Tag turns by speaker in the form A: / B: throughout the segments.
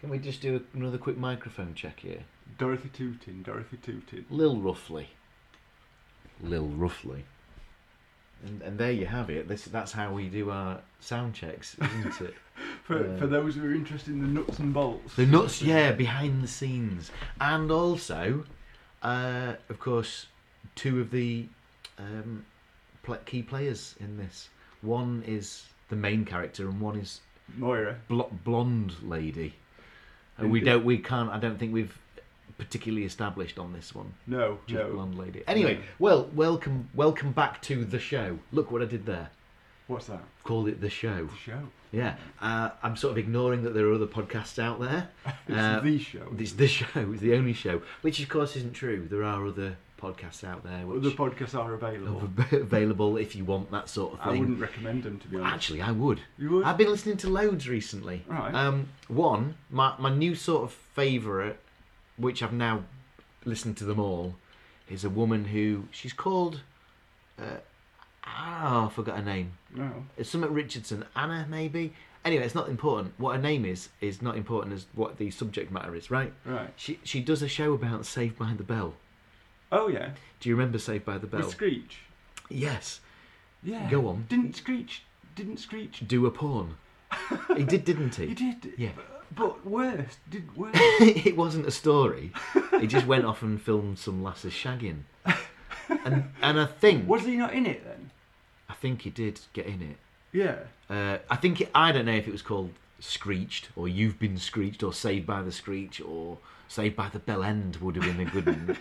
A: Can we just do another quick microphone check here?
B: Dorothy Tootin, Dorothy Tootin.
A: Lil Roughly. Lil Roughly. And, and there you have it. This that's how we do our sound checks, isn't it?
B: For,
A: Yeah.
B: for those who are interested in the nuts and bolts.
A: the nuts, yeah, behind the scenes, and also, uh, of course, two of the um, pl- key players in this. One is the main character, and one is
B: Moira.
A: bl- blonde lady. And we
B: Indeed.
A: don't, we can't. I don't think we've particularly established on this one.
B: No,
A: Just
B: no.
A: blonde lady. Anyway,
B: No.
A: well, welcome, welcome back to the show. Look what I did there.
B: What's that?
A: Called it the show.
B: The show.
A: Yeah, uh, I'm sort of ignoring that there are other podcasts out there.
B: It's
A: Uh,
B: the show.
A: It's the show. It's the only show, which of course isn't true. There are other podcasts out there
B: Other
A: which
B: podcasts are available.
A: are available if you want that sort of
B: I
A: thing.
B: wouldn't recommend them, to be honest.
A: Actually, I would.
B: You would?
A: I've been listening to loads recently.
B: Right.
A: Um, one, my my new sort of favourite, which I've now listened to them all, is a woman who she's called. Uh, ah, I forgot her name.
B: No.
A: It's something Richardson, Anna maybe. Anyway, it's not important. What her name is is not important as what the subject matter is, right?
B: Right.
A: She she does a show about Saved by the Bell.
B: Oh, yeah.
A: Do you remember Saved by the Bell?
B: With Screech.
A: yes.
B: Yeah.
A: Go on.
B: Didn't Screech. Didn't Screech.
A: Do a porn. he did, didn't he?
B: He did.
A: Yeah.
B: but- But worse. Did worse.
A: it wasn't a story. He just went off and filmed some lasses shagging. And and I think
B: Was he not in it then?
A: I think he did get in it.
B: Yeah.
A: Uh, I think it, I don't know if it was called Screeched or You've Been Screeched or Saved by the Screech or Saved by the Bell End would have been a good one.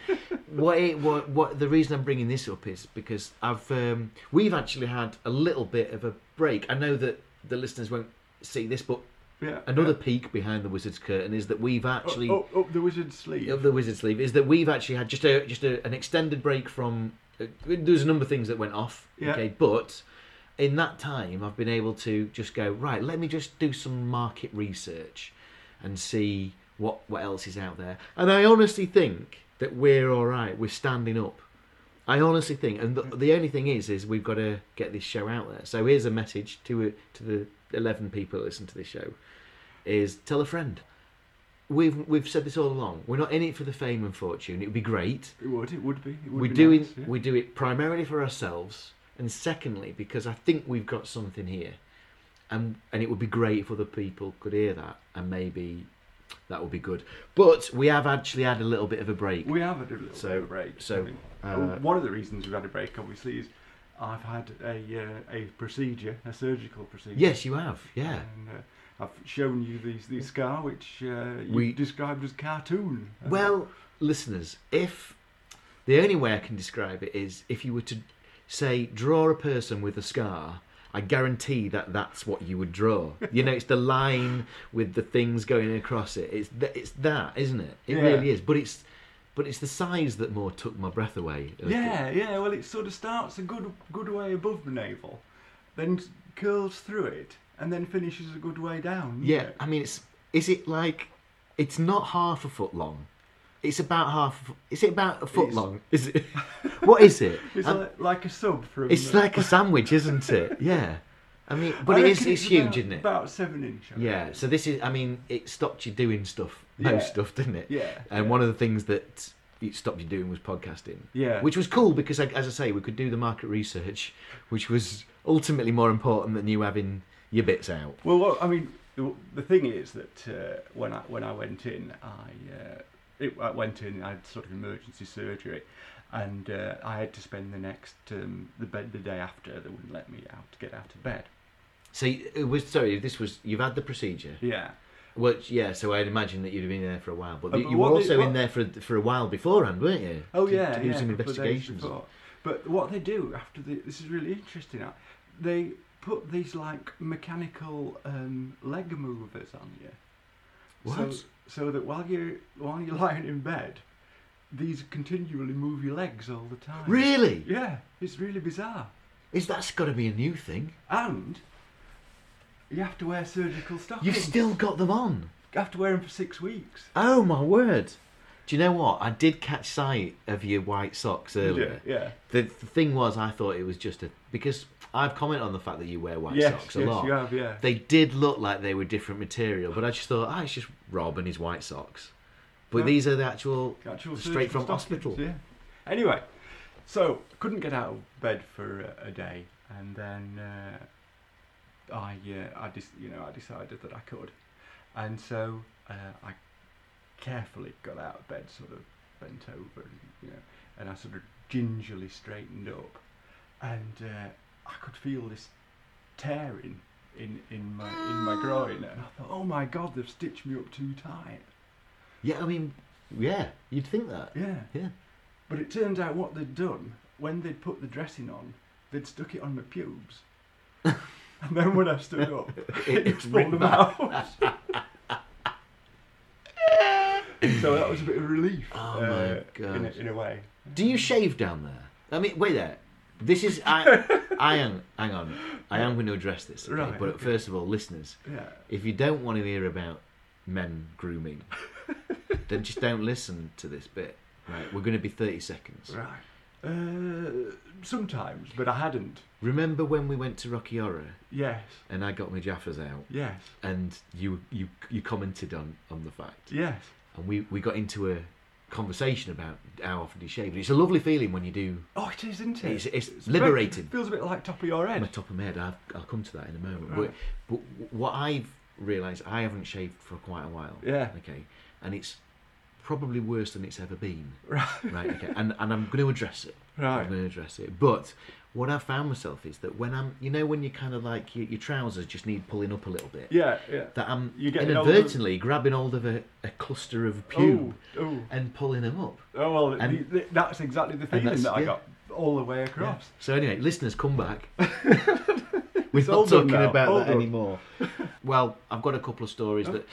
A: what, it, what what the reason I'm bringing this up is because I've um, we've actually had a little bit of a break. I know that the listeners won't see this, but
B: Yeah. oh,
A: another peek behind the wizard's curtain is that we've actually
B: Up, up, up the wizard's sleeve.
A: of the Wizards leave is that we've actually had just a just a, an extended break from. Uh, there's a number of things that went off.
B: Yeah.
A: Okay, but in that time, I've been able to just go right. Let me just do some market research and see what what else is out there. And I honestly think that we're all right. We're standing up. I honestly think, and the, the only thing is, is we've got to get this show out there. So here's a message to uh, to the eleven people that listen to this show: is tell a friend we've we've said this all along. We're not in it for the fame and fortune. It would be great.
B: It would. It would be. It would
A: we
B: be
A: do
B: nice,
A: it.
B: yeah.
A: We do it primarily for ourselves, and secondly because I think we've got something here, and and it would be great if other people could hear that, and maybe that would be good. But we have actually had a little bit of a break.
B: We have had a little
A: So-
B: bit of a break.
A: so,
B: haven't we?
A: uh,
B: one of the reasons we've had a break, obviously, is I've had a uh, a procedure, a surgical procedure.
A: Yes, you have. Yeah.
B: And, uh, I've shown you these the scar, which uh, you
A: We-
B: described as cartoon. Uh,
A: Well, listeners, if the only way I can describe it is if you were to say draw a person with a scar, I guarantee that that's what you would draw. You know, it's the line with the things going across it. It's th- it's that, isn't it? It
B: Yeah.
A: really is. But it's but it's the size that more took my breath away. a little.
B: yeah, yeah. Well, it sort of starts a good good way above the navel, then s- curls through it, and then finishes a good way down. doesn't
A: Yeah.
B: it?
A: I mean, it's is it like it's not half a foot long. It's about half. a fo- Is it about a foot
B: It's-
A: long? Is it? what is it?
B: It's
A: I'm-
B: like, like a sub from.
A: It's
B: uh,
A: like a sandwich, isn't it? Yeah. I mean,
B: I
A: but it is,
B: reckon
A: it's huge,
B: about-
A: isn't it?
B: About seven inch. I
A: Yeah.
B: reckon.
A: So this is, I mean, it stopped you doing stuff, most
B: Yeah.
A: stuff, didn't it?
B: Yeah.
A: And
B: yeah.
A: one of the things that it stopped you doing was podcasting.
B: Yeah.
A: Which was cool because, like, as I say, we could do the market research, which was ultimately more important than you having your bits out.
B: Well, what, I mean, the, the thing is that uh, when I when I went in, I uh, it, I went in. I had sort of emergency surgery, and uh, I had to spend the next um, the bed the day after. They wouldn't let me out get out of bed.
A: So it was sorry. This was you've had the procedure,
B: Yeah,
A: which yeah. So I'd imagine that you'd have been there for a while, but,
B: Uh,
A: you
B: but
A: you were
B: what they-
A: also in
B: what-
A: there for for a while beforehand, weren't you?
B: Oh
A: to,
B: yeah,
A: to do
B: yeah,
A: some
B: a couple of days
A: investigations.
B: before. But what they do after the, this is really interesting. uh, They put these like mechanical um, leg movers on you.
A: What?
B: So, so that while you're while you're lying in bed, these continually move your legs all the time.
A: Really?
B: Yeah, it's really bizarre.
A: Is that's got to be a new thing?
B: And you have to wear surgical stockings.
A: You've still got them on.
B: You have to wear them for six weeks.
A: Oh my word! Do you know what? I did catch sight of your white socks earlier.
B: Yeah, yeah.
A: The, the thing was, I thought it was just a because I've commented on the fact that you wear white
B: yes,
A: socks a
B: yes,
A: lot.
B: you have, yeah.
A: They did look like they were different material, but I just thought, ah, it's just Rob and his white socks. But
B: Yeah.
A: these are the actual.
B: Actual
A: Straight
B: surgical
A: from
B: stockings,
A: hospital.
B: Yeah. Anyway, so couldn't get out of bed for a, a day, and then uh, I, uh, I just, you know, I decided that I could, and so uh, I carefully got out of bed, sort of bent over, and, you know, and I sort of gingerly straightened up, and uh, I could feel this tearing in in my in my groin, and I thought, oh my god, they've stitched me up too tight.
A: Yeah, I mean, yeah, you'd think that.
B: Yeah.
A: Yeah.
B: But it turned out what they'd done when they'd put the dressing on, they'd stuck it on my pubes. and then when I stood up, it,
A: It-
B: it
A: it's
B: pulled them
A: ripped
B: out. so that was a bit of relief. uh,
A: Oh my
B: In a,
A: God.
B: in a way.
A: Do you shave down there? I mean, wait there. This is I. I am. Hang on. I am going to address this. Okay?
B: Right,
A: But
B: okay.
A: first of all, listeners,
B: Yeah.
A: if you don't want to hear about men grooming, then just don't listen to this bit. Right. We're going to be thirty seconds.
B: Right. Uh, sometimes, but I hadn't.
A: Remember when we went to Rocky Horror
B: Yes.
A: and I got my Jaffas out
B: Yes.
A: and you you you commented on on the fact
B: Yes.
A: and we we got into a conversation about how often you shave. It's a lovely feeling when you do.
B: Oh, it is, isn't it?
A: It's, it's,
B: great.
A: liberating.
B: It feels a bit like top of your
A: my
B: head.
A: top of my head. I've, I'll come to that in a moment.
B: Right.
A: But, but what I've realised, I haven't shaved for quite a while.
B: Yeah.
A: Okay. And it's probably worse than it's ever been.
B: Right.
A: Right. Okay. and, and I'm going to address it. I'm
B: Right.
A: going to address it. But what I found myself is that when I'm, you know, when you kind of like your, your trousers just need pulling up a little bit,
B: Yeah, yeah.
A: that I'm
B: You get an older-
A: inadvertently grabbing hold of a, a cluster of pube
B: Oh, oh.
A: and pulling them up.
B: Oh well, th
A: And-
B: th- that's exactly the feeling
A: that's-
B: that I
A: yeah.
B: got all the way
A: Yeah.
B: across.
A: So anyway, listeners, come back. We're
B: all
A: not
B: done
A: talking
B: now.
A: about
B: All
A: that
B: done.
A: anymore. well, I've got a couple of stories
B: Oh.
A: that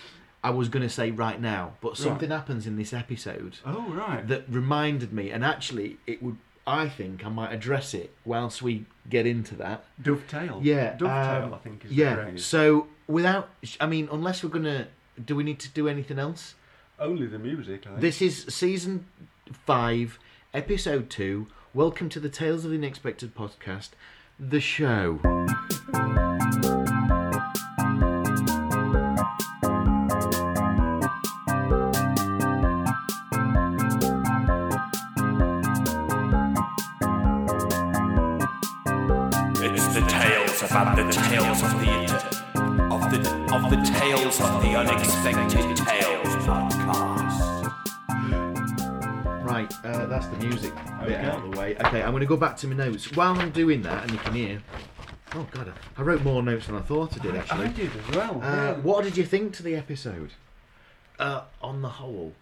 A: I was going to say right now, but something happens in this episode
B: Oh right.
A: that reminded me, and actually, it would. I think I might address it whilst we get into that.
B: Dovetail.
A: Yeah,
B: Dovetail.
A: um,
B: I think is
A: yeah.
B: the phrase.
A: So without, I mean, unless we're gonna, do we need to do anything else?
B: Only the music. I think.
A: This is season five, episode two. Welcome to the Tales of the Unexpected podcast, the show.
C: It's the tales about the tales of the of the of the tales of the unexpected tales podcast.
A: Right, uh, that's the music bit
B: Okay.
A: out of the way. Okay, I'm going to go back to my notes. While I'm doing that, and you can hear. Oh God, I- I wrote more notes than I thought I did actually.
B: I did as well.
A: Uh,
B: yeah.
A: what did you think to the episode? Uh, on the whole,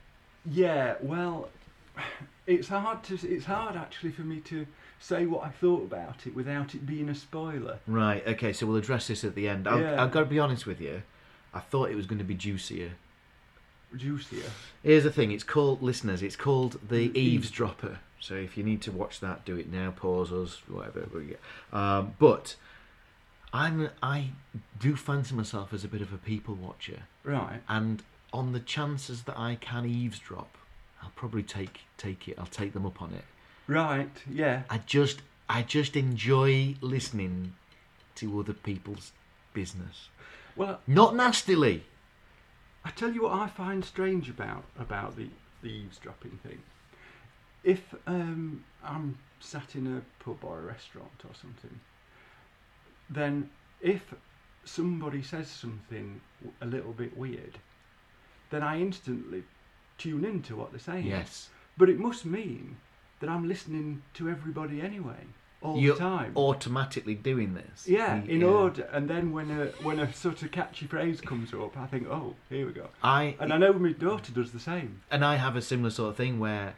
B: Yeah. Well, it's hard to. It's hard actually for me to say what I thought about it without it being a spoiler.
A: right? Okay, so we'll address this at the end. I've,
B: Yeah.
A: I've got to be honest with you. I thought it was going to be juicier.
B: Juicier.
A: Here's the thing. It's called listeners. It's called the
B: The
A: eavesdropper. So if you need to watch that, do it now. Pause us. Whatever. we get. Um, but I'm. I do fancy myself as a bit of a people watcher.
B: Right.
A: and on the chances that I can eavesdrop, I'll probably take take it. I'll take them up on it.
B: Right. Yeah.
A: I just I just enjoy listening to other people's business,
B: Well,
A: not nastily.
B: I tell you what I find strange about about the, the eavesdropping thing. If um, I'm sat in a pub or a restaurant or something, then if somebody says something w- a little bit weird, then I instantly tune into what they're saying.
A: Yes,
B: But it must mean that I'm listening to everybody anyway all
A: you're
B: the time.
A: automatically doing this.
B: yeah, in
A: Yeah.
B: order. And then when a when a sort of catchy phrase comes up, I think, oh, here we go.
A: I
B: And I know my daughter does the same.
A: and I have a similar sort of thing where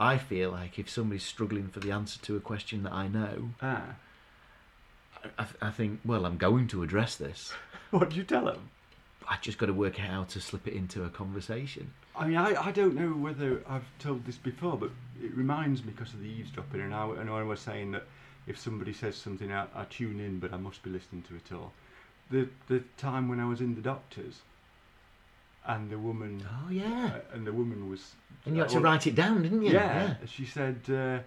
A: I feel like if somebody's struggling for the answer to a question that I know,
B: Ah.
A: I, I think, well, I'm going to address this.
B: What do you tell them?
A: I have just got to work out how to slip it into a conversation.
B: I mean, I, I don't know whether I've told this before, but it reminds me because of the eavesdropping. And I, and I was saying that if somebody says something, I, I tune in, but I must be listening to it all. The, the time when I was in the doctor's and the woman.
A: Oh yeah.
B: uh, And the woman was.
A: And you had to
B: well,
A: write it down, didn't you?
B: Yeah, she said uh,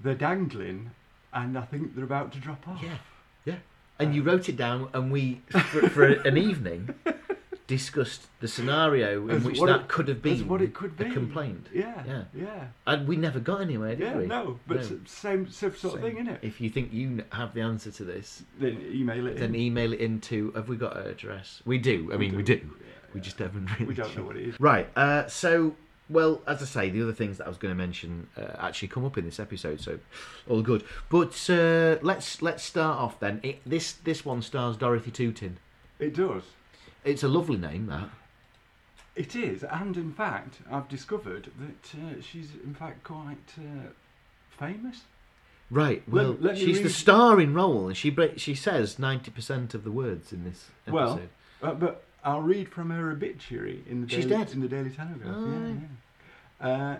B: they're dangling and I think they're about to drop off.
A: Yeah, yeah. And you wrote it down, and we, for, for an evening, discussed the scenario in
B: As
A: which
B: what
A: that
B: it-
A: could have
B: as
A: been
B: what it could
A: a
B: be.
A: complaint.
B: Yeah,
A: Yeah.
B: yeah, yeah.
A: And we never got anywhere, did we?
B: no, but s same, same sort of
A: So
B: thing, isn't it?
A: If you think you kn- have the answer to this,
B: Then email it.
A: then
B: in.
A: email it into. Have we got her address? We do. I mean, we do.
B: Yeah,
A: We
B: yeah.
A: just haven't really.
B: we don't know what it is.
A: Right. Uh, so, well, as I say, the other things that I was going to mention uh, actually come up in this episode, so all good. But uh, let's let's start off then. It, this this one stars Dorothy Tootin.
B: It does.
A: It's a lovely name, that.
B: It is, and in fact, I've discovered that uh, she's in fact quite uh, famous.
A: Right.
B: Let-
A: Well,
B: let me
A: she's the
B: read-
A: starring role, and she break, she says ninety percent of the words in this episode.
B: Well, Uh, but I'll read from her obituary in the
A: She's
B: Daily,
A: dead. Oh,
B: in the Daily Telegraph. Yeah,
A: Aye.
B: yeah. Uh,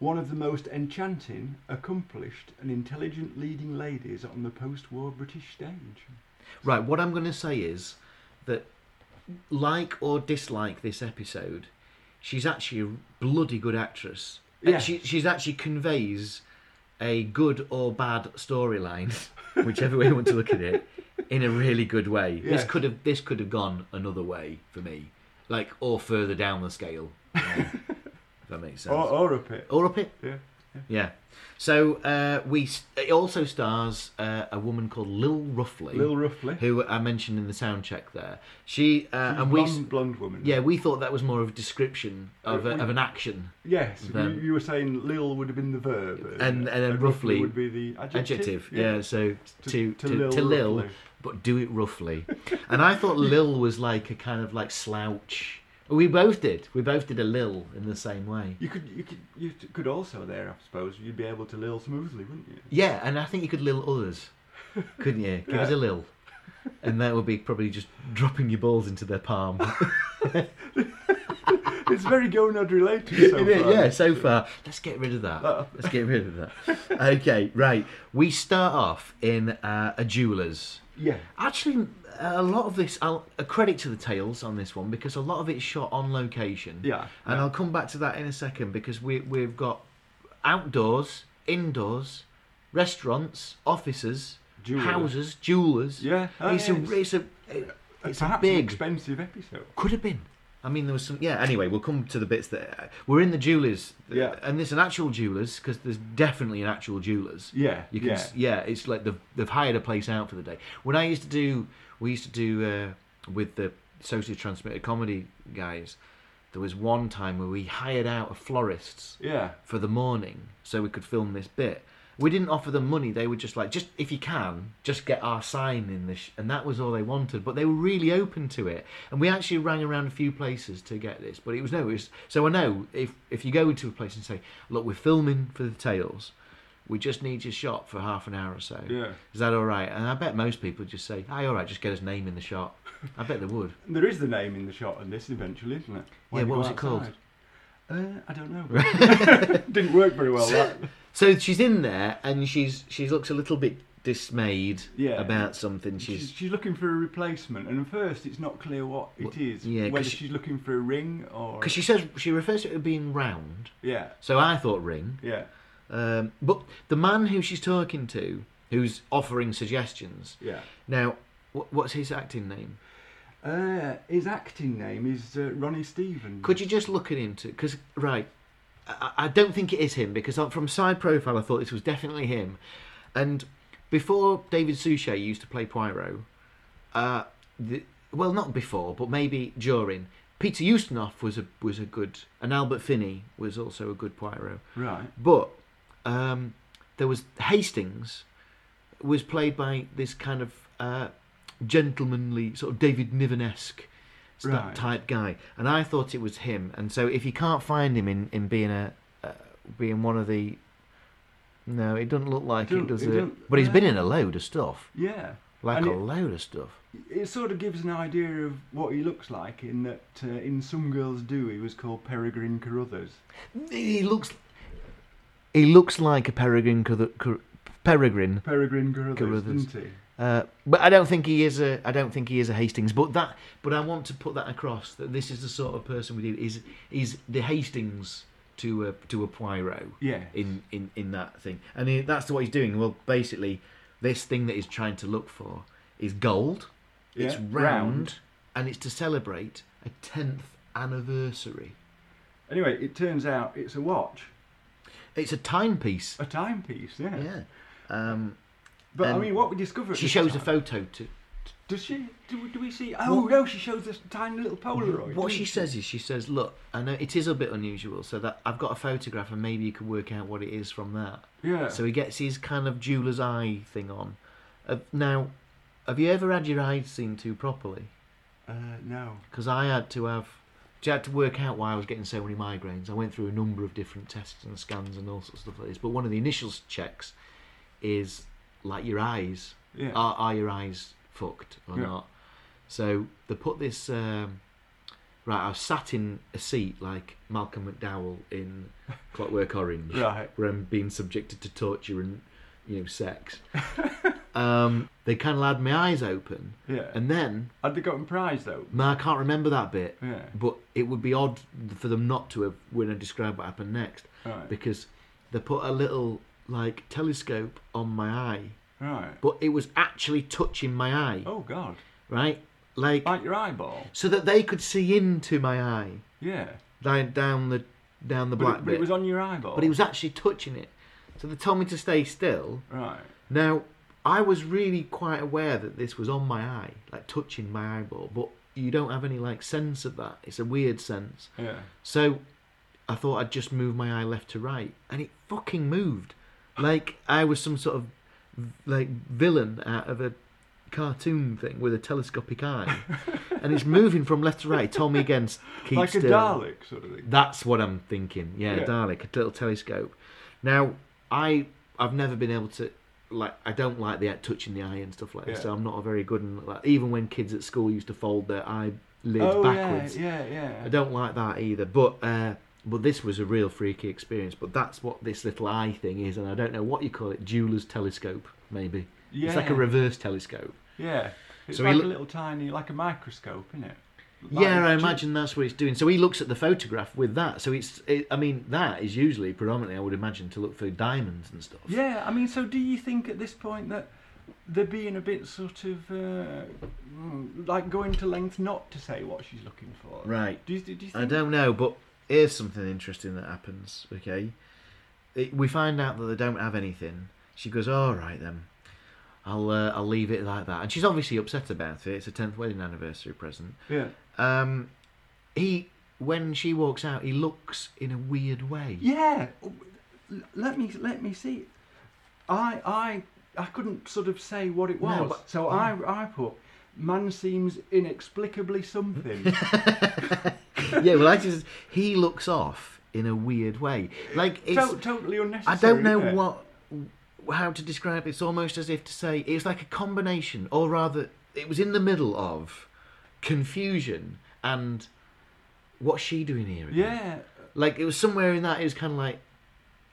B: one of the most enchanting, accomplished, and intelligent leading ladies on the post-war British stage.
A: Right, what I'm going to say is that, like or dislike this episode, she's actually a bloody good actress. Uh,
B: Yeah.
A: She, she's actually conveys a good or bad storyline, whichever way you want to look at it, in a really good way. This
B: Yeah.
A: could have this could have gone another way for me, like or further down the scale, uh, if that makes sense,
B: Or, or up it.
A: or up it.
B: Yeah.
A: Yeah. So uh, we s- it also stars uh, a woman called Lil Ruffley
B: Lil Roughly.
A: who I mentioned in the sound check there. She uh, and we,
B: blonde, blonde woman.
A: yeah, we thought that was more of a description of, a,
B: Uh, we-
A: of an action
B: Yes, you,
A: Then-
B: you were saying Lil would have been the verb, uh,
A: And- and then roughly
B: would be the adjective.
A: adjective. Yeah, so
B: To-
A: to to,
B: to
A: to,
B: Lil
A: Lil,
B: Roughly.
A: but do it roughly. and I thought Lil was like a kind of like slouch. We both did. We both did a Lil in the same way.
B: You could, you could, you t- could also there, I suppose. You'd be able to lil smoothly, wouldn't you?
A: Yeah, and I think you could Lil others, couldn't you? Give us a Lil. And that would be probably just dropping your balls into their palm.
B: It's very gonad related. So far.
A: yeah, so far. Let's get rid of that.
B: Oh.
A: Let's get rid of that. Okay, right. We start off in uh, a jeweler's.
B: yeah.
A: Actually, a lot of this, I'll, a credit to the Tales on this one because a lot of it's shot on location.
B: Yeah.
A: And I'll come back to that in a second because we, we've got outdoors, indoors, restaurants, offices,
B: Jewelers.
A: houses, jewelers.
B: Yeah, oh,
A: it's,
B: yeah,
A: a, it's a it- it's a
B: Perhaps an
A: big
B: expensive episode.
A: could have been. I mean, there was some. Yeah. Anyway, we'll come to the bits that uh, we're in the jewelers.
B: Yeah.
A: And there's an actual jewelers because there's definitely an actual jewelers.
B: Yeah,
A: You can.
B: yeah.
A: s- Yeah. It's like they've they've hired a place out for the day. When I used to do, we used to do uh, with the socially transmitted comedy guys. There was one time where we hired out a florist's
B: Yeah.
A: for the morning so we could film this bit. We didn't offer them money. They were just like, just if you can, just get our sign in this, sh-. and that was all they wanted. But they were really open to it, and we actually rang around a few places to get this. But it was no, it was so I know if if you go into a place and say, look, we're filming for the tales, we just need your shot for half an hour or so.
B: Yeah.
A: Is that all right? And I bet most people just say, "Aye, all right, just get his name in the shot." I bet they would.
B: And there is the name in the shot on this eventually, isn't it?
A: Yeah,
B: you
A: what
B: go
A: was it called?
B: outside. Uh, I don't know. Didn't work very well. That.
A: So she's in there, and she's she looks a little bit dismayed
B: Yeah.
A: about something.
B: She's, she's looking for a replacement, and at first it's not clear what it is.
A: yeah, 'cause
B: whether
A: she-
B: she's looking for a ring or
A: Because she says she refers to it as being round,
B: yeah,
A: so I thought ring.
B: yeah,
A: Um, but the man who she's talking to, who's offering suggestions,
B: yeah.
A: now wh- what's his acting name?
B: Uh, his acting name is uh, Ronnie Stevens.
A: Could you just look it into? Because right, I, I don't think it is him because I- from side profile I thought this was definitely him. And before David Suchet used to play Poirot, uh, the, well, not before, but maybe during. Peter Ustinov was a was a good, and Albert Finney was also a good Poirot.
B: Right.
A: But um, there was Hastings was played by this kind of uh, gentlemanly sort of David Niven-esque s- that
B: Right.
A: type guy, and I thought it was him. And so if you can't find him in, in being a uh, being one of the no, it doesn't look like it
B: Don't-
A: does
B: it
A: it.
B: don't-
A: but he's been
B: yeah.
A: in a load of stuff,
B: Yeah.
A: like
B: And
A: a
B: it-
A: load of stuff.
B: It sort of gives an idea of what he looks like in that uh, in Some Girls Do he was called Peregrine Carruthers.
A: He looks, he looks like a peregrine, Carru- Carru- peregrine
B: Peregrine Carruthers,
A: Carruthers.
B: didn't he?
A: Uh, but I don't think he is a. I don't think he is a Hastings. But that. But I want to put that across that this is the sort of person we need. Is is the Hastings to a to a Poirot
B: Yeah.
A: in in in that thing, and he, that's what he's doing. Well, basically, this thing that he's trying to look for is gold. It's
B: Yeah,
A: round,
B: round.
A: and it's to celebrate a tenth anniversary.
B: Anyway, it turns out it's a watch,
A: It's a timepiece.
B: a timepiece. Yeah.
A: Yeah. Um,
B: But I
A: Um,
B: mean, what we discover. at
A: she
B: this
A: shows a
B: time-
A: photo to.
B: Does she? Do, do we see? Oh no, she shows this tiny little Polaroid.
A: What
B: doesn't
A: she says is, she says, "Look, I know it is a bit unusual, so that I've got a photograph, and maybe you could work out what it is from that."
B: Yeah.
A: So he gets his kind of jeweler's eye thing on. Uh, now, have you ever had your eyes seen to properly?
B: Uh, no.
A: Because I had to have. I had to work out why I was getting so many migraines. I went through a number of different tests and scans and all sorts of stuff like this. But one of the initial s- checks is like your eyes.
B: Yeah.
A: Are, are your eyes fucked or
B: Yeah.
A: not? So they put this. Um, right, I was sat in a seat like Malcolm McDowell in Clockwork Orange
B: Right.
A: where I'm being subjected to torture and you know sex. um, they kind of had my eyes open,
B: Yeah.
A: and then
B: Had they gotten prize though?
A: no, I can't remember that bit.
B: Yeah.
A: But it would be odd for them not to have when I describe what happened next,
B: Right.
A: because they put a little like telescope on my eye,
B: Right.
A: but it was actually touching my eye,
B: Oh God.
A: right? Like
B: Like your eyeball.
A: so that they could see into my eye,
B: Yeah.
A: down down the down the
B: But
A: black bit.
B: it, but it was on your eyeball.
A: but he was actually touching it. So they told me to stay still,
B: Right.
A: Now, I was really quite aware that this was on my eye, like touching my eyeball, but you don't have any like sense of that. It's a weird sense.
B: Yeah.
A: So I thought I'd just move my eye left to right, and it fucking moved. Like I was some sort of like villain out of a cartoon thing with a telescopic eye, and it's moving from left to right. It Told me again, s- keep
B: like
A: still.
B: a Dalek sort of thing.
A: That's what I'm thinking. Yeah,
B: Yeah.
A: Dalek, a little telescope. Now, I I've never been able to like I don't like the touching the eye and stuff like that.
B: Yeah.
A: So I'm not a very good in like even when kids at school used to fold their eyelids
B: oh
A: backwards.
B: yeah, yeah,
A: I
B: yeah.
A: don't like that either. But uh, but this was a real freaky experience. But that's what this little eye thing is, and I don't know what you call it, jeweler's telescope maybe. It's like a
B: Yeah.
A: reverse telescope.
B: Yeah. It's
A: So he
B: like
A: lo-
B: a little tiny, like a microscope, isn't it?
A: yeah,
B: Like
A: I
B: a ju-
A: imagine that's what it's doing. So he looks at the photograph with that. So it's, it, I mean, that is usually predominantly, I would imagine, to look for diamonds and stuff.
B: Yeah, I mean, so do you think at this point that they're being a bit sort of uh, mm, like going to length not to say what she's looking for?
A: Right.
B: Do you, do you think?
A: I don't know, but here's something interesting that happens. Okay, it, we find out that they don't have anything. She goes, "All right then, I'll uh, I'll leave it like that." And she's obviously upset about it. It's a tenth wedding anniversary present.
B: Yeah.
A: Um, he when she walks out, he looks in a weird way.
B: Yeah. L- Let me let me see. it. I I I couldn't sort of say what it was,
A: No, but-
B: so I I put man seems inexplicably something.
A: yeah, well, I just he looks off in a weird way. Like it's,
B: To- totally
A: I
B: unnecessary.
A: don't know
B: isn't it?
A: what how to describe it. It's almost as if to say it's like a combination, or rather, it was in the middle of confusion and what's she doing here? again?
B: Yeah.
A: like it was somewhere in that. It was kind of like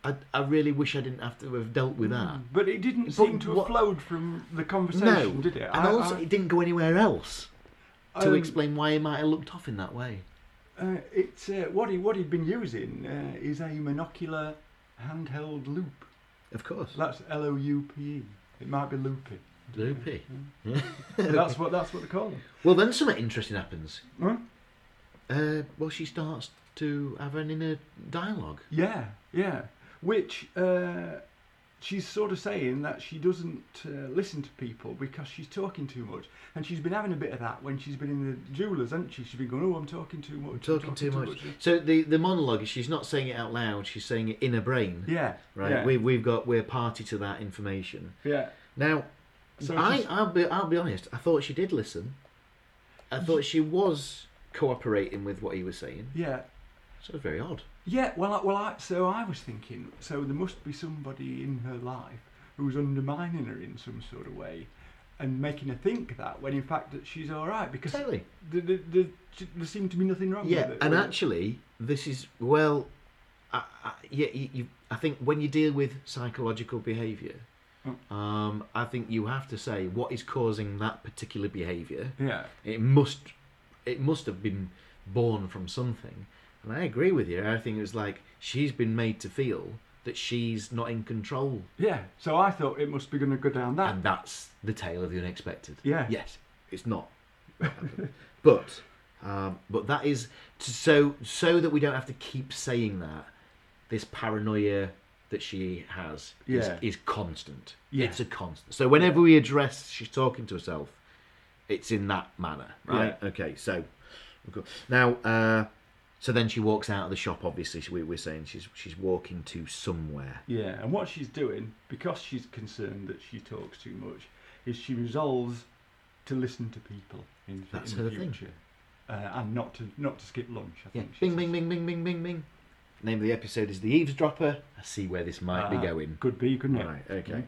A: I, I really wish I didn't have to have dealt with that.
B: But it didn't
A: But
B: seem to have
A: what-
B: flowed from Mm. the
A: No,
B: conversation, did it?
A: and also it didn't go anywhere else to
B: um,
A: explain why he might have looked off in that way.
B: Uh, it's uh, what he what he'd been using uh, is a monocular handheld loop.
A: Of course,
B: That's L O U P E. It might be loopy.
A: loopy.
B: That's what that's what they call them.
A: Well, then something interesting happens.
B: Huh?
A: Uh, well, she starts to have an inner dialogue.
B: Yeah, yeah. Which uh, she's sort of saying that she doesn't uh, listen to people because she's talking too much, and she's been having a bit of that when she's been in the jewelers, hasn't she? She's been going, "Oh, I'm talking too much.
A: I'm talking too much. So the the monologue is she's not saying it out loud. She's saying it in her brain.
B: Yeah.
A: Right.
B: Yeah.
A: We we've got we're party to that information.
B: yeah.
A: Now,
B: So
A: I
B: she's-
A: I'll be I'll be honest. I thought she did listen. I thought she was cooperating with what he was saying.
B: Yeah.
A: So very odd.
B: Yeah, well, I- well, I, so I was thinking, so there must be somebody in her life who's undermining her in some sort of way, and making her think that when in fact that she's all right because there,
A: Totally.
B: there, there, there seemed to be nothing wrong
A: Yeah.
B: with it.
A: And
B: was-
A: actually, this is well. I, I, yeah, you, you, I think when you deal with psychological behaviour,
B: Mm.
A: um, I think you have to say what is causing that particular behaviour.
B: yeah,
A: It must it must have been born from something. And I agree with you. I think it was like she's been made to feel that she's not in control,
B: Yeah. So I thought it must be going to go down that.
A: and that's the tale of the unexpected.
B: Yeah.
A: Yes, it's not. but, um, but that is so so that we don't have to keep saying that. This paranoia that she has is,
B: Yeah.
A: is constant.
B: Yeah.
A: It's a constant. So whenever we address she's talking to herself, it's in that manner, right? Okay. So we've got- now, uh, so then she walks out of the shop. Obviously, we, we're saying she's she's walking to somewhere.
B: Yeah, and what she's doing, because she's concerned that she talks too much, is she resolves to listen to people in,
A: That's
B: in
A: her
B: the
A: thing.
B: future, uh, and not to not to skip lunch. I
A: Yeah.
B: think she
A: Bing,
B: says.
A: bing, bing, bing, bing, bing, bing. Name of the episode is The Eavesdropper. I see where this might be
B: Ah,
A: going.
B: Could be, couldn't it?
A: Right. Okay.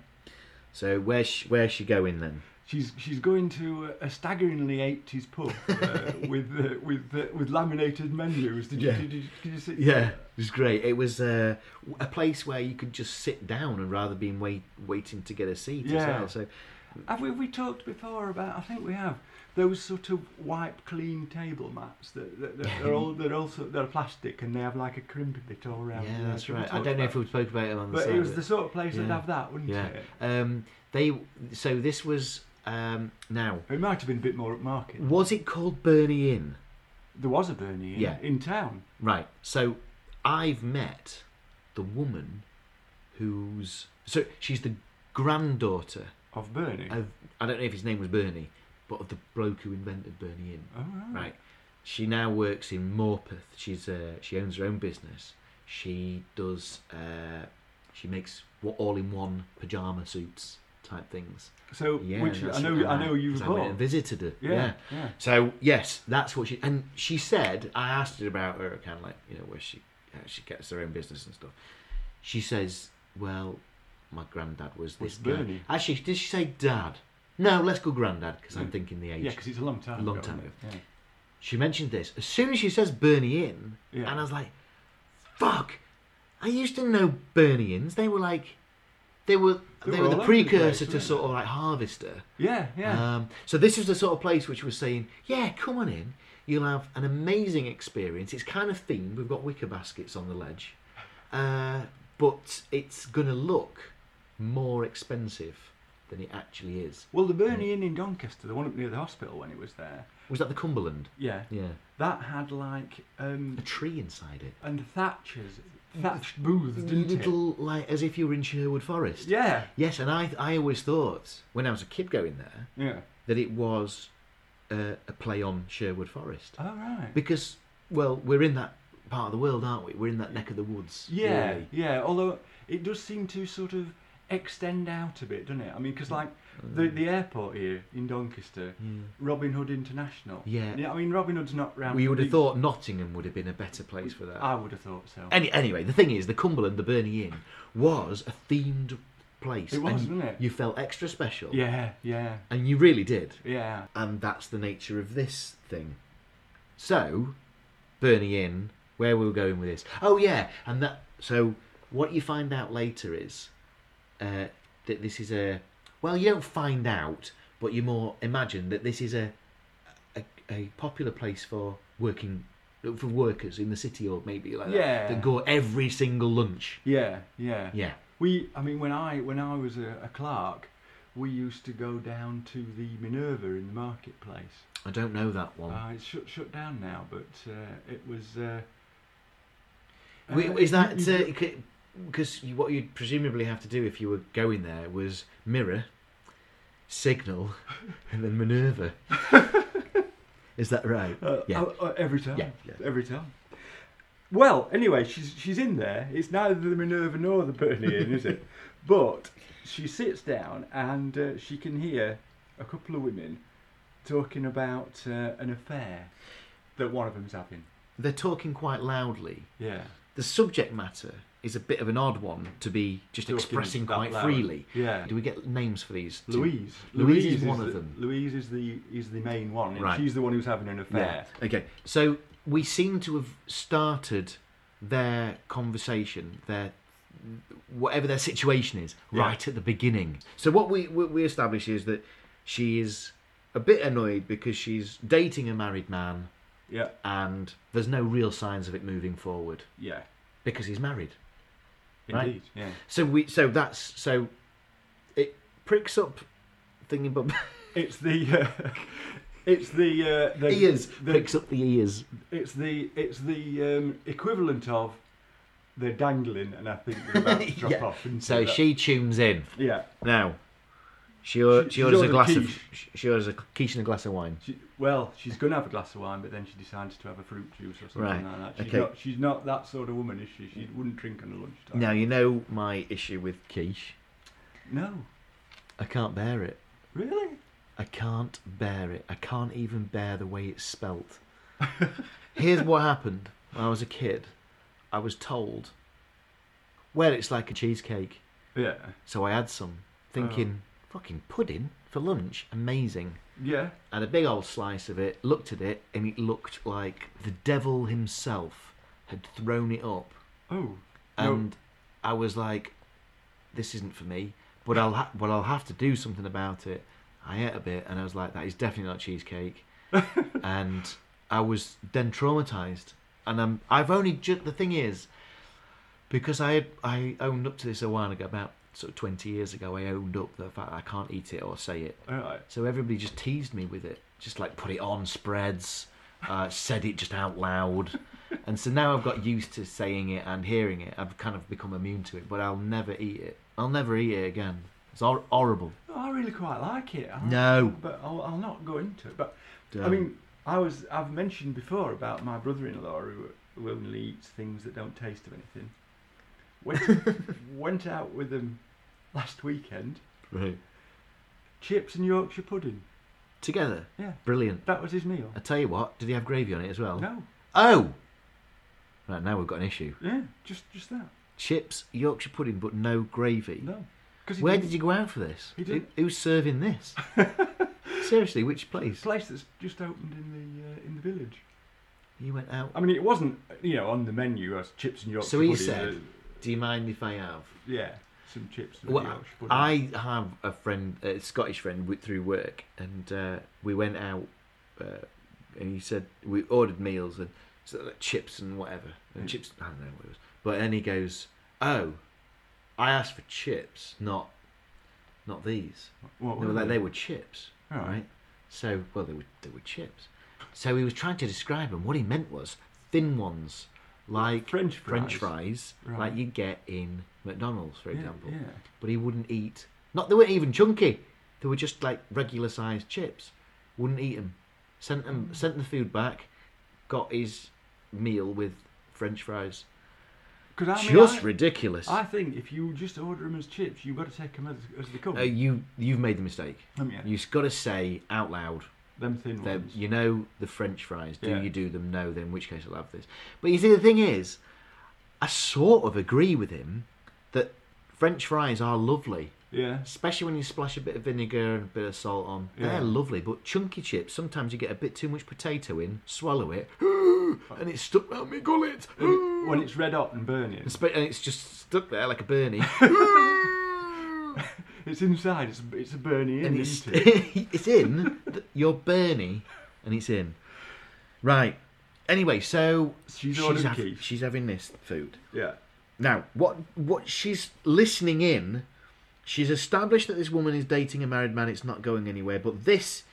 A: So where's she, where's she going then?
B: She's she's going to a staggeringly 80s pub uh, with uh, with uh, with laminated menus. Did you,
A: Yeah.
B: did, you, did you see?
A: Yeah, it was great. It was uh, a place where you could just sit down and rather been wait, waiting to get a seat as
B: Yeah.
A: well. So
B: Have we, we talked before about? I think we have those sort of wipe clean table mats that, that, that they're all they're also they're plastic and they have like a crimp bit all around.
A: yeah,
B: there.
A: that's
B: Have we
A: right. I
B: talked
A: don't know
B: about
A: if we spoke about it on the
B: But
A: side,
B: it was
A: but-
B: the sort of place that'd
A: yeah.
B: have that, wouldn't
A: Yeah.
B: it?
A: Um, they so this was um, now
B: It might have been a bit more upmarket.
A: was it called Bernie Inn?
B: There was a Bernie in,
A: Yeah.
B: in town.
A: Right. So I've met the woman who's so she's the granddaughter
B: Of Bernie.
A: of I don't know if his name was Bernie, but of the bloke who invented Bernie Inn.
B: oh, right.
A: Right. She now works in Morpeth. She's uh, she owns her own business. She does uh, she makes all in one pajama suits type things.
B: So,
A: Yeah,
B: which I
A: that's
B: know, I
A: right,
B: know you
A: 'cause I went and
B: bought.
A: visited her.
B: Yeah,
A: yeah.
B: yeah.
A: So yes, that's what she and she said. I asked her about her kind of like you know where she uh, she gets her own business and stuff. She says, "Well, my granddad was this
B: Was
A: guy."
B: Bernie.
A: Actually, did she say dad? No, let's go granddad because I'm
B: Mm.
A: thinking the age.
B: Yeah, because it's a long time.
A: Long
B: ago,
A: time
B: wasn't it?
A: she mentioned this as soon as she says Bernie in,
B: Yeah.
A: and I was like, "Fuck!" I used to know Bernie ins. They were like, they were
B: They
A: they, were,
B: were all
A: the
B: over the place,
A: precursor to
B: weren't
A: sort of like Harvester.
B: Yeah, yeah. yeah.
A: Um, so this was the sort of place which was saying, yeah, come on in. You'll have an amazing experience. It's kind of themed. We've got wicker baskets on the ledge. Uh, but it's going to look more expensive than it actually is.
B: well, the Bernie Inn in Doncaster, the one up near the hospital when it was there,
A: Was that the Cumberland?
B: yeah,
A: Yeah.
B: that had like um
A: A tree inside it.
B: and thatchers, thatched booths, didn't it?
A: Little, like, as if you were in Sherwood Forest.
B: Yeah,
A: Yes, and I, I always thought, when I was a kid going there,
B: yeah.
A: that it was uh, a play on Sherwood Forest.
B: All right.
A: because well we're in that part of the world aren't we we're in that neck of the woods
B: Yeah,
A: really.
B: yeah. Although it does seem to sort of extend out a bit, doesn't it? I mean, because like the
A: Mm.
B: the airport here in Doncaster, Robin Hood International.
A: Yeah.
B: I mean, Robin Hood's not round.
A: we would
B: the-
A: have thought nottingham would have been a better place for that
B: I would have thought so.
A: Any, anyway the thing is the cumberland the Burney inn was a themed place
B: It was,
A: and
B: wasn't it?
A: you felt extra special
B: yeah, yeah,
A: and you really did
B: yeah.
A: and that's the nature of this thing so Burney inn where we were going with this oh yeah and that so what you find out later is uh, that this is a well you don't find out but you more imagine that this is a a, a popular place for working for workers in the city or maybe like
B: Yeah.
A: that that go every single lunch
B: Yeah, yeah,
A: yeah
B: We, I mean, when I when I was a, a clerk, we used to go down to the Minerva in the marketplace.
A: I don't know that one
B: Uh, it's shut shut down now, but uh, it was. Uh,
A: Wi-
B: uh,
A: is that
B: you- you-
A: because you, what you'd presumably have to do if you were going there was mirror, signal, and then Minerva? is that right?
B: Uh,
A: Yeah.
B: uh, uh, every time.
A: Yeah, yeah.
B: Every time. Well, anyway, she's she's in there. It's neither the Minerva nor the Bernie Inn, is it? But she sits down and uh, she can hear a couple of women talking about uh, an affair that one of them's having.
A: They're talking quite loudly.
B: Yeah.
A: The subject matter is a bit of an odd one to be just
B: Talking
A: expressing
B: that
A: quite
B: loud.
A: freely.
B: Yeah.
A: Do we get names for these? two?
B: Louise.
A: Louise is one
B: the,
A: of them.
B: Louise is the is the main one. And
A: Right.
B: She's the one who's having an
A: Yeah.
B: affair.
A: Okay. So we seem to have started their conversation, their whatever their situation is,
B: Yeah.
A: right at the beginning. So what we what we establish is that she is a bit annoyed because she's dating a married man
B: yeah,
A: and there's no real signs of it moving forward
B: yeah.
A: because he's married. Right.
B: Indeed, yeah.
A: So we so that's so it pricks up thingy bob
B: It's the uh, it's the uh, the
A: ears
B: the,
A: pricks up the ears.
B: it's the it's the um, equivalent of the dangling, and I think they're about to drop
A: Yeah.
B: off. into
A: So
B: that.
A: she tunes in
B: yeah.
A: now. She, or-
B: She-
A: she
B: she
A: orders a
B: orders
A: glass
B: quiche.
A: of she- she orders a quiche and a glass of wine.
B: She, well, she's going to have a glass of wine, but then she decides to have a fruit juice or something
A: Right,
B: like that. She's,
A: okay.
B: not, she's not that sort of woman, is she? She wouldn't drink on a lunchtime.
A: Now you know my issue with quiche.
B: No.
A: I can't bear it.
B: Really?
A: I can't bear it. I can't even bear the way it's spelt. Here's what happened when I was a kid. I was told, well, it's like a cheesecake.
B: Yeah.
A: So I had some, thinking,
B: Oh.
A: fucking pudding for lunch, amazing.
B: Yeah.
A: I had a big old slice of it, looked at it, and it looked like the devil himself had thrown it up.
B: Oh. No.
A: And I was like, this isn't for me, but I'll, ha- but I'll have to do something about it. I ate a bit, and I was like, that is definitely not cheesecake. and I was then traumatized. And I'm, I've only ju- the thing is, because I I owned up to this a while ago, about sort of twenty years ago, I owned up the fact that I can't eat it or say it.
B: All right.
A: So everybody just teased me with it, just like put it on spreads, uh, said it just out loud, and so now I've got used to saying it and hearing it. I've kind of become immune to it, but I'll never eat it. I'll never eat it again. It's hor- horrible.
B: Oh, I really quite like it. I-
A: No.
B: But I'll, I'll not go into it. But I
A: Don't.
B: mean, I was I've mentioned before about my brother-in-law who, who only eats things that don't taste of anything. Went, went out with him last weekend.
A: Right.
B: Chips and Yorkshire pudding.
A: Together,
B: Yeah.
A: brilliant.
B: That was his meal.
A: I tell you what, did he have gravy on it as well?
B: No.
A: Oh. Right now we've got an issue.
B: Yeah. Just just that.
A: Chips, Yorkshire pudding, but no gravy.
B: No. Because
A: Where did you go out for this?
B: He
A: Who-
B: didn't.
A: who's serving this? Seriously, which
B: a
A: place?
B: place that's just opened in the uh, in the village?
A: You went out.
B: I mean, it wasn't you know on the menu as chips and Yorkshire
A: So he
B: pudding,
A: said-
B: uh,
A: Do you mind if I have?
B: yeah, some chips and
A: Well,
B: Yorkshire pudding.
A: I have a friend, a Scottish friend, wi- through work, and uh, we went out, uh, and he said we ordered meals and so, like, chips and whatever, and
B: Mm.
A: chips. I don't know what it was, but then he goes, "Oh, I asked for chips, not, not these.
B: What
A: They were,
B: were
A: like,
B: they?
A: they were chips,
B: All right.
A: right? So, well, they were they were chips. So he was trying to describe them. What he meant was thin ones, like
B: French fries.
A: French fries,
B: Right.
A: like you get in McDonald's, for
B: Yeah,
A: example.
B: Yeah.
A: But he wouldn't eat. Not they weren't even chunky. They were just like regular sized chips. Wouldn't eat them. Sent them.
B: Hmm.
A: Sent the food back. Got his meal with French fries.
B: 'Cause I mean,
A: just
B: I,
A: ridiculous.
B: I think if you just order them as chips, you've got to take them as, as they come.
A: Uh, you you've made the mistake.
B: Haven't you?
A: You've got to say out loud.
B: them thin
A: that
B: ones.
A: you know the French fries. Do
B: Yeah.
A: you do them? No. Then in which case I'll have this. But you see, the thing is, I sort of agree with him that French fries are lovely.
B: Yeah.
A: especially when you splash a bit of vinegar and a bit of salt on.
B: Yeah.
A: They're lovely, but chunky chips, sometimes you get a bit too much potato in, swallow it, and it's stuck round my gullet.
B: When when it's red hot and burning,
A: Spe- And it's just stuck there like a Bernie.
B: it's inside. It's it's a burning
A: and
B: in,
A: it's,
B: isn't it?
A: it's in th- your Bernie, and it's in. Right. Anyway, so
B: She's ordering
A: hav-
B: quiche.
A: she's having this food.
B: Yeah.
A: Now, what what she's listening in, she's established that this woman is dating a married man. It's not going anywhere. But this,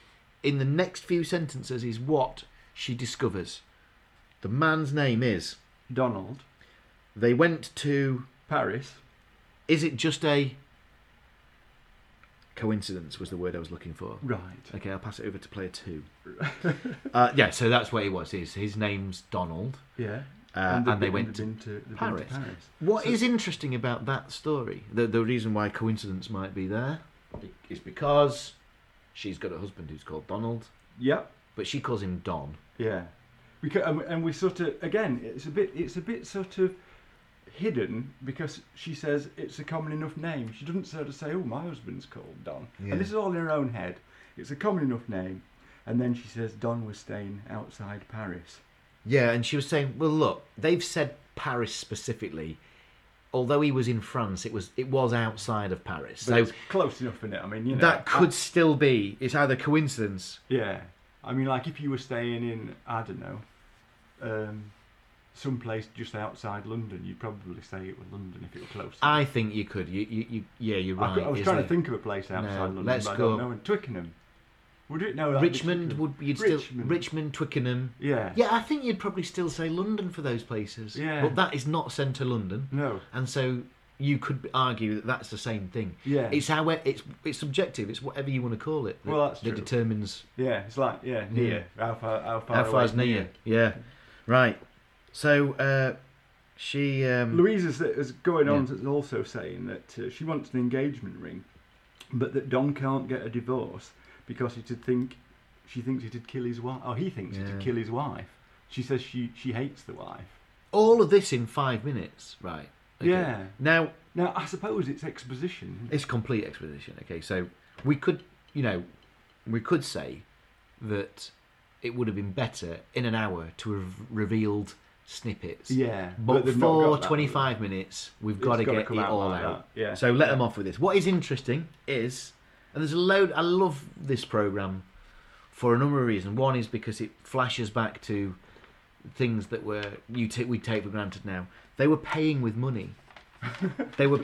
A: in the next few sentences, is what she discovers. The man's name is.
B: Donald
A: They went to.
B: Paris.
A: Is it just a coincidence? Was the word I was looking for.
B: Right.
A: Okay, I'll pass it over to player two. uh, yeah, so that's what it was. His his name's Donald.
B: Yeah.
A: Uh, and,
B: they've
A: they
B: been-
A: went to
B: they've been to, they've been to
A: Paris.
B: Paris.
A: What is interesting about that story, the, the reason why coincidence might be there, is because she's got a husband who's called Donald,
B: Yep.
A: but she calls him Don.
B: Yeah, because and, and we sort of again, it's a bit, it's a bit sort of hidden because she says it's a common enough name. She doesn't sort of say, "Oh, my husband's called Don,"
A: Yeah.
B: and this is all in her own head. It's a common enough name, and then she says Don was staying outside Paris.
A: Yeah, and she was saying, well, look, they've said Paris specifically. Although he was in France, it was it was outside of Paris,
B: But
A: so
B: it's close enough in it. I mean, you know
A: that could
B: I-
A: still be. It's either coincidence
B: yeah, I mean, like if you were staying in, I don't know, um, someplace just outside London, you'd probably stay it with London if it were close.
A: I think you could. You, you, you yeah, you're
B: I,
A: right.
B: could- I was
A: is
B: trying to
A: there-
B: think of a place outside
A: No,
B: London,
A: let's
B: but
A: go-
B: I don't know. And Twickenham. Would it no? that'd be
A: Richmond
B: Twickenham.
A: would you'd still
B: Richmond.
A: Richmond, Twickenham.
B: Yeah.
A: Yeah, I think you'd probably still say London for those places.
B: Yeah.
A: But that is not centre London.
B: No.
A: And so you could argue that that's the same thing.
B: Yeah.
A: It's how it's it's subjective. It's whatever you want to call it. That,
B: Well, that's
A: that
B: true.
A: determines
B: yeah. It's like yeah, near. How far? How far?
A: how far
B: away?
A: is near. Yeah. Right. So uh, she. Um,
B: Louise is, is going on to also saying that uh, she wants an engagement ring, but that Don can't get a divorce because he'd think she thinks it'd kill his wife. Oh, he thinks
A: Yeah.
B: it'd kill his wife. She says she she hates the wife.
A: all of this in five minutes. Right. Okay.
B: Yeah.
A: Now
B: Now I suppose it's exposition.
A: It's complete exposition. Okay, so we could, you know, we could say that it would have been better in an hour to have revealed snippets.
B: Yeah,
A: But,
B: they've not
A: for
B: got that.
A: 25 minutes, we've
B: It's
A: got to
B: gotta
A: get
B: come
A: it
B: out
A: all
B: like
A: out.
B: that, yeah.
A: So let them off with this. What is interesting is, and there's a load. I love this program for a number of reasons. One is because it flashes back to things that were you t- we take for granted now. They were paying with money. they were.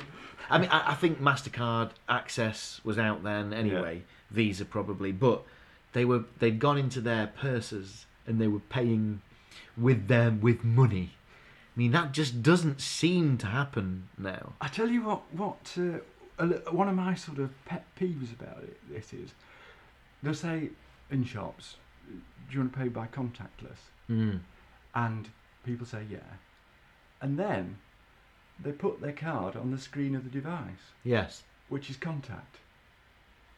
A: I mean, I, I think Mastercard Access was out then anyway. Visa probably, but they were they'd gone into their purses and they were paying with them with money. I mean, that just doesn't seem to happen now.
B: I tell you what, what uh, a li- one of my sort of pet peeves about it this is, they'll say in shops, do you want to pay by contactless?
A: Mm.
B: And people say yeah, and then they put their card on the screen of the device,
A: Yes.
B: which is contact.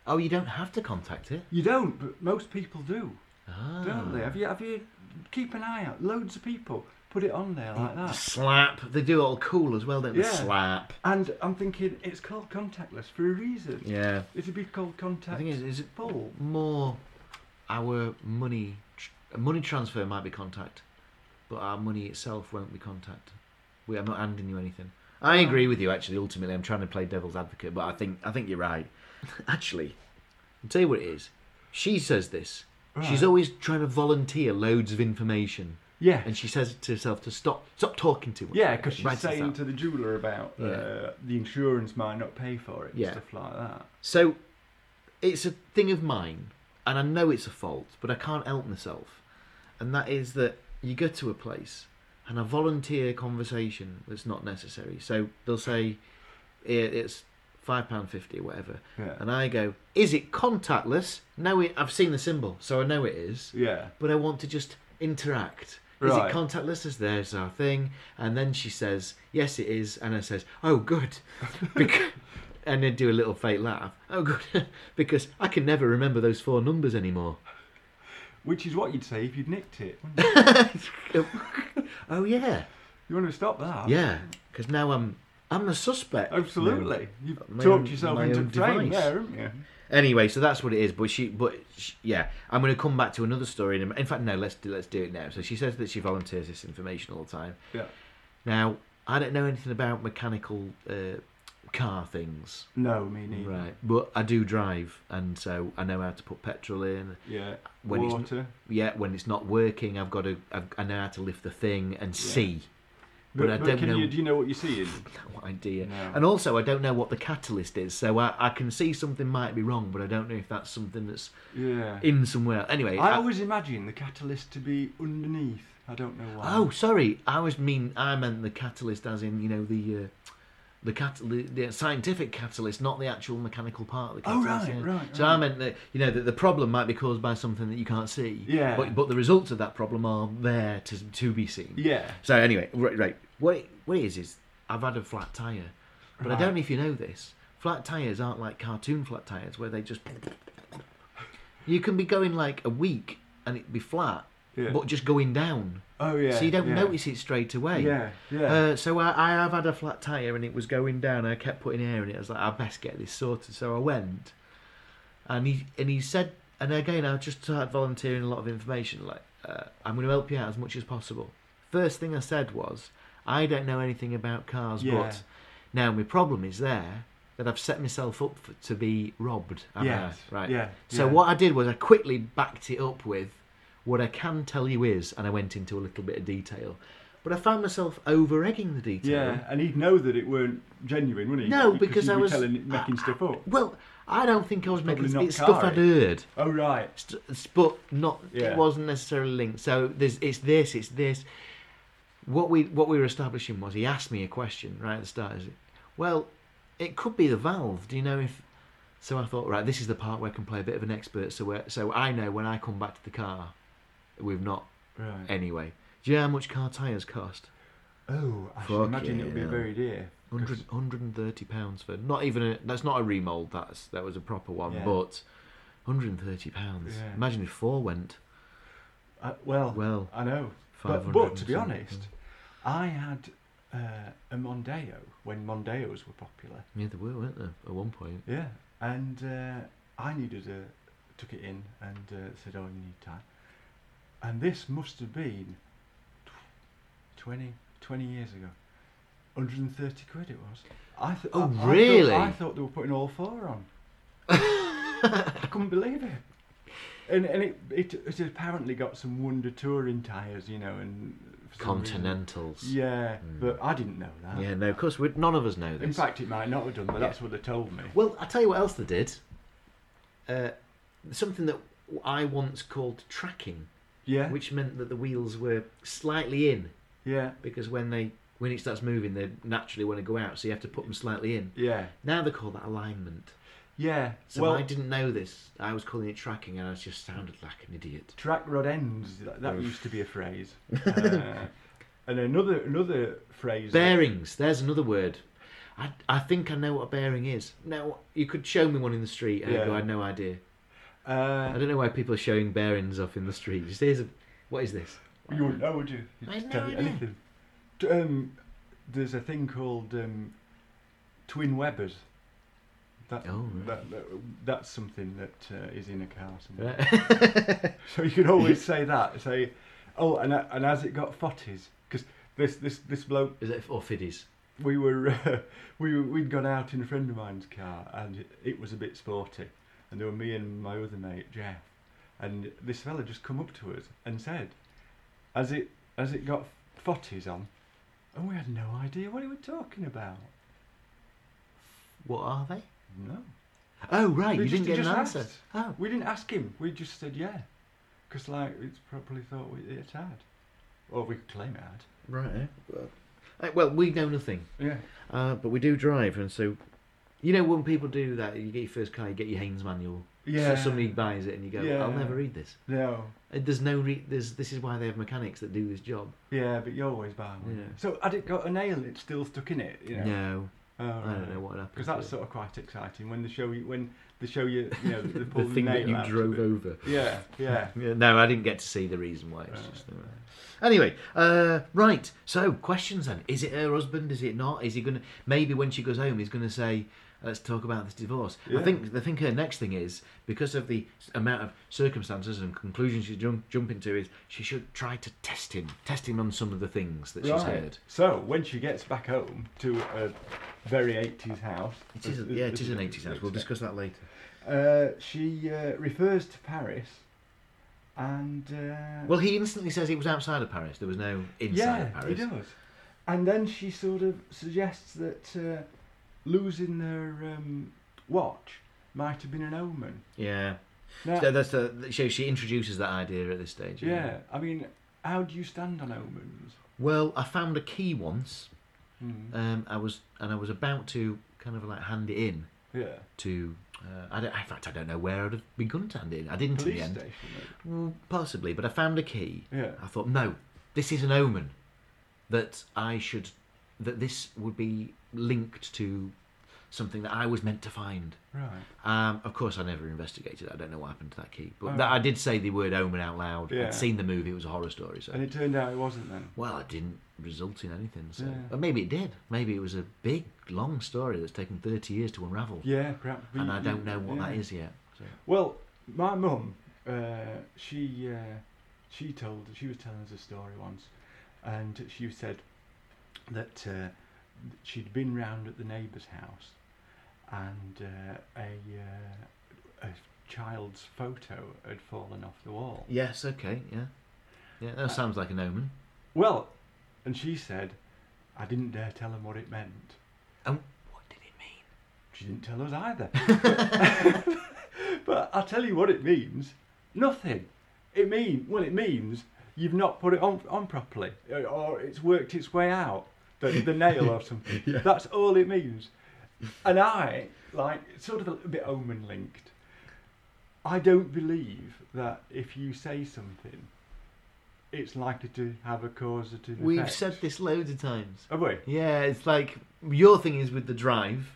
A: Oh, you don't have to contact it.
B: You don't, but most people do,
A: Ah.
B: don't they? Have you? Have you? Keep an eye out. Loads of people put it on there like that.
A: Slap. They do it all cool as well, don't they?
B: Yeah.
A: Slap.
B: And I'm thinking it's called contactless for a reason.
A: Yeah.
B: It'd be called contact.
A: I think is, is it
B: full.
A: more our money tr- money transfer might be contact, but our money itself won't be contact. We I'm not handing you anything. I agree with you actually. Ultimately, I'm trying to play devil's advocate, but I think I think you're right. Actually, I'll tell you what it is. She says this. She's
B: Right.
A: always trying to volunteer loads of information.
B: Yeah.
A: And she says to herself to stop stop talking too much.
B: Yeah, because she's
A: Writes this
B: saying
A: out.
B: to the jeweller about
A: Yeah.
B: uh, the insurance might not pay for it and
A: Yeah.
B: stuff like that.
A: So it's a thing of mine, and I know it's a fault, but I can't help myself. And that is that you go to a place and I volunteer conversation that's not necessary. So they'll say "Here, it's five pound fifty or whatever,
B: Yeah.
A: and I go, "Is it contactless?" No, it, I've seen the symbol, so I know it is.
B: Yeah.
A: But I want to just interact. Is
B: Right.
A: it contactless? Is there's our thing? And then she says, "Yes, it is." And I says, "Oh, good," Bec- and then do a little fake laugh. Oh, good, because I can never remember those four numbers anymore.
B: Which is what you'd say if you'd nicked it. wouldn't you?
A: Oh yeah,
B: you want to stop that?
A: yeah. Because now I'm I'm a suspect.
B: Absolutely. You've
A: My
B: talked
A: own-
B: yourself
A: my
B: into
A: own
B: the train
A: device. Mm-hmm.
B: there, haven't you?
A: Anyway, so that's what it is. But she, but sh yeah, I'm going to come back to another story. In, a, in fact, no, let's do, let's do it now. So she says that she volunteers this information all the time.
B: Yeah.
A: Now, I don't know anything about mechanical uh, car things,
B: No, me neither.
A: right? But I do drive, and so I know how to put petrol in.
B: Yeah.
A: When it's-
B: Water.
A: Yeah, when it's not working, I've got to. I've, I know how to lift the thing and see. But, I don't
B: can
A: know.
B: You, do you know what you're seeing?
A: no idea.
B: No.
A: And also, I don't know what the catalyst is, so I, I can see something might be wrong, but I don't know if that's something that's
B: Yeah.
A: in somewhere. Anyway,
B: I always imagine the catalyst to be underneath. I don't know why.
A: Oh, sorry. I was mean. I meant the catalyst, as in you know the uh, the, cat- the the scientific catalyst, not the actual mechanical part of the
B: Oh,
A: catalyst.
B: right,
A: yeah.
B: right,
A: So
B: right.
A: I meant that you know that the problem might be caused by something that you can't see.
B: Yeah.
A: But but the results of that problem are there to to be seen.
B: Yeah.
A: So anyway, right, right. What it, what it is is I've had a flat tire, but I
B: Right.
A: don't know if you know this. Flat tires aren't like cartoon flat tires where they just. You can be going like a week and it be flat,
B: Yeah.
A: but just going down
B: Oh, yeah.
A: so you don't
B: yeah.
A: notice it straight away.
B: Yeah, yeah.
A: Uh, so I, I have had a flat tire and it was going down. I kept putting air in it. I was like, I best get this sorted. So I went, and he and he said, and again, I just started volunteering a lot of information. Like, uh, I'm going to help you out as much as possible. First thing I said was, I don't know anything about cars,
B: Yeah.
A: but now my problem is there. that I've set myself up for, to be robbed. haven't
B: Yes.
A: I? Uh, Right.
B: Yeah,
A: So
B: yeah.
A: what I did was I quickly backed it up with what I can tell you is, and I went into a little bit of detail, but I found myself over egging the detail.
B: Yeah, and he'd know that it weren't genuine, wouldn't he?
A: No, because
B: you
A: I
B: were
A: was-
B: telling, making stuff up.
A: Well, I don't think I was
B: Probably
A: making
B: not
A: it's stuff
B: Kari.
A: I'd heard.
B: Oh right.
A: St- s- but not
B: Yeah.
A: it wasn't necessarily linked. So there's it's this, it's this. What we what we were establishing was he asked me a question right at the start. Is it, well, it could be the valve. Do you know if? So I thought, right, this is the part where I can play a bit of an expert. So where, so I know when I come back to the car, we've not
B: Right.
A: anyway. Do you know how much car tyres cost?
B: oh, I should
A: Fuck
B: imagine it would be
A: yeah.
B: very dear.
A: 100, 130 pounds for not even a that's not a remold that's that was a proper one
B: Yeah.
A: but 130 pounds
B: Yeah.
A: imagine if four went
B: Uh, well,
A: well
B: I know.
A: 500
B: But, but to
A: and
B: be
A: something.
B: honest, I had uh, a Mondeo when Mondeos were popular.
A: Yeah, there were, weren't there, at one point?
B: Yeah, and uh, I needed a took it in and uh, said, "Oh, you need time." And this must have been tw- 20, 20 years ago. 130 quid it was. I th-
A: Oh,
B: I- I thought-
A: really?
B: I thought they were putting all four on. I couldn't believe it. And, and it, it it apparently got some wonder touring tyres, you know, and for some reason-
A: Continentals.
B: Yeah,
A: Mm.
B: but I didn't know that.
A: Yeah, no, of course, we none of us know this.
B: In fact, it might not have done, but
A: Yeah.
B: that's what they told me.
A: well, I'll tell you what else they did. Uh, something that I once called tracking,
B: Yeah,
A: which meant that the wheels were slightly in
B: yeah,
A: because when they when it starts moving, they naturally want to go out, so you have to put them slightly in.
B: yeah.
A: Now they call that alignment.
B: Yeah.
A: So
B: well,
A: I didn't know this. I was calling it tracking, and I just sounded like an idiot.
B: track rod ends. That, that
A: Oof.
B: used to be a phrase. Uh, and another another phrase. that-
A: Bearings. There's another word. I, I think I know what a bearing is. Now you could show me one in the street, and I go,
B: Yeah.
A: I had no idea. I
B: Uh,
A: don't know why people are showing bearings off in the street. Just here's a, what is this?
B: you wouldn't know, would you?
A: I
B: You'd
A: had
B: tell
A: no
B: you
A: idea.
B: anything. T- Um, there's a thing called um, twin Webbers. That,
A: Oh, right.
B: that, that that's something that uh, is in a car somewhere.
A: Right.
B: So you could always say that. Say, oh, and a- and as it got fotties, because this this this bloke
A: is it or fiddies?
B: we were uh, we were- we'd gone out in a friend of mine's car and it, it was a bit sporty and there were me and my other mate Jeff and this fella just come up to us and said as it as it got fotties on and we had no idea what he was talking about
A: What are they?
B: no
A: Oh right,
B: We
A: you
B: just-
A: didn't get
B: he
A: an
B: just
A: answer.
B: asked.
A: Oh,
B: we didn't ask him we just said yeah because like it's probably thought we, it had or we could claim it had
A: right. eh? Well, eh, Well, we know nothing,
B: yeah
A: uh, but we do drive, and so you know when people do that, you get your first car, you get your Haynes manual.
B: yeah
A: So somebody buys it, and you go, I'll
B: Yeah.
A: never read this.
B: no
A: Eh, There's no re- there's this is why they have mechanics that do this job.
B: yeah but you always buy one
A: Yeah.
B: so had it got a nail and it's still stuck in it you know
A: No,
B: Oh,
A: I don't know what happened.
B: Because
A: to
B: that's
A: it.
B: sort of quite exciting when they show you when they show you you know the,
A: the thing that you drove
B: Over.
A: over.
B: Yeah, yeah.
A: Yeah, no, I didn't get to see the reason why. It's
B: Right,
A: just, Anyway, uh, right. So questions then: Is it her husband? Is it not? Is he gonna? Maybe when she goes home, he's gonna say, "Let's talk about this divorce." I
B: Yeah.
A: think. I think her next thing is because of the s- amount of circumstances and conclusions she's jump, jumping to is she should try to test him, test him on some of the things that she's
B: Right.
A: heard.
B: So when she gets back home to a very 80s house,
A: It is,
B: as-
A: yeah,
B: as-
A: it is
B: as
A: an
B: you
A: eighties house. We'll
B: would
A: discuss
B: expect,
A: that later.
B: Uh, she uh, refers to Paris, and uh,
A: Well, he instantly says it was outside of Paris. There was no inside
B: yeah,
A: of Paris.
B: he does. And then she sort of suggests that uh, losing their um, watch might have been an omen.
A: Yeah.
B: Now,
A: So that's the, so she introduces that idea at this stage.
B: Yeah, I mean, how do you stand on omens?
A: Well, I found a key once.
B: Mm.
A: Um, I was and I was about to kind of like hand it in
B: yeah,
A: to. Uh, I don't, in fact, I don't know where I'd have begun to hand it in. I didn't in
B: police
A: the end. Uh,
B: station.
A: Well, possibly, but I found a key.
B: maybe. Yeah,
A: I thought, no, this is an omen that I should, that this would be linked to something that I was meant to find.
B: right.
A: Um, of course, I never investigated. I don't know what happened to that key, but
B: Oh.
A: that, I did say the word omen out loud.
B: Yeah.
A: I'd seen the movie; it was a horror story. So,
B: And it turned out it wasn't then.
A: well, it didn't result in anything. So,
B: Yeah.
A: but maybe it did. Maybe it was a big, long story that's taken thirty years to unravel,
B: Yeah, perhaps. but
A: and
B: you-
A: I don't know what that
B: yeah.
A: is yet. So.
B: Well, my mum, uh, she uh, she told she was telling us a story once, and she said that uh, she'd been round at the neighbour's house, and uh, a, uh, a child's photo had fallen off the wall.
A: Yes. Okay. Yeah. Yeah.
B: Uh,
A: That sounds like an omen.
B: Well, and she said, I didn't dare tell him what it meant.
A: And what did it mean?
B: She didn't tell us either. but I'll tell you what it means. Nothing. It mean well, it means you've not put it on on properly, or- or it's worked its way out the, the nail or something.
A: Yeah.
B: That's all it means. And I like sort of a little bit omen linked. I don't believe that if you say something, it's likely to have a cause or to.
A: We've said this loads of times.
B: Have we?
A: Yeah, it's like your thing is with the drive,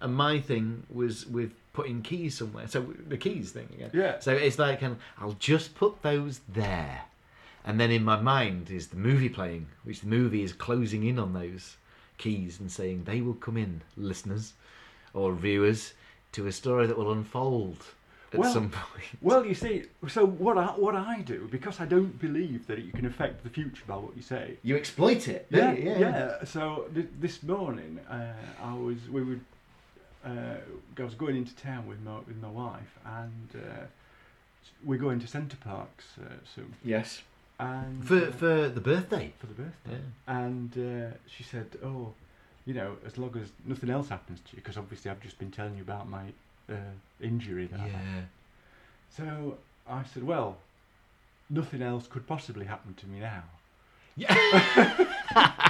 A: and my thing was with putting keys somewhere. So the keys thing again.
B: Yeah.
A: So it's like, um, I'll just put those there, and then in my mind is the movie playing, which the movie is closing in on those keys and saying they will come in, listeners or viewers, to a story that will unfold at
B: Well,
A: some point.
B: Well, you see, so what I, what I do because I don't believe that you can affect the future by what you say.
A: You exploit it. don't you?
B: So th- this morning, uh, I was we would uh, I was going into town with my with my wife, and uh, we're going to Centre Parks uh, soon.
A: Yes.
B: And
A: For
B: uh,
A: for the birthday.
B: for the birthday,
A: Yeah.
B: and uh, she said, "Oh, you know, as long as nothing else happens to you, because obviously I've just been telling you about my uh, injury that I had."
A: Yeah.
B: So I said, well, nothing else could possibly happen to me now.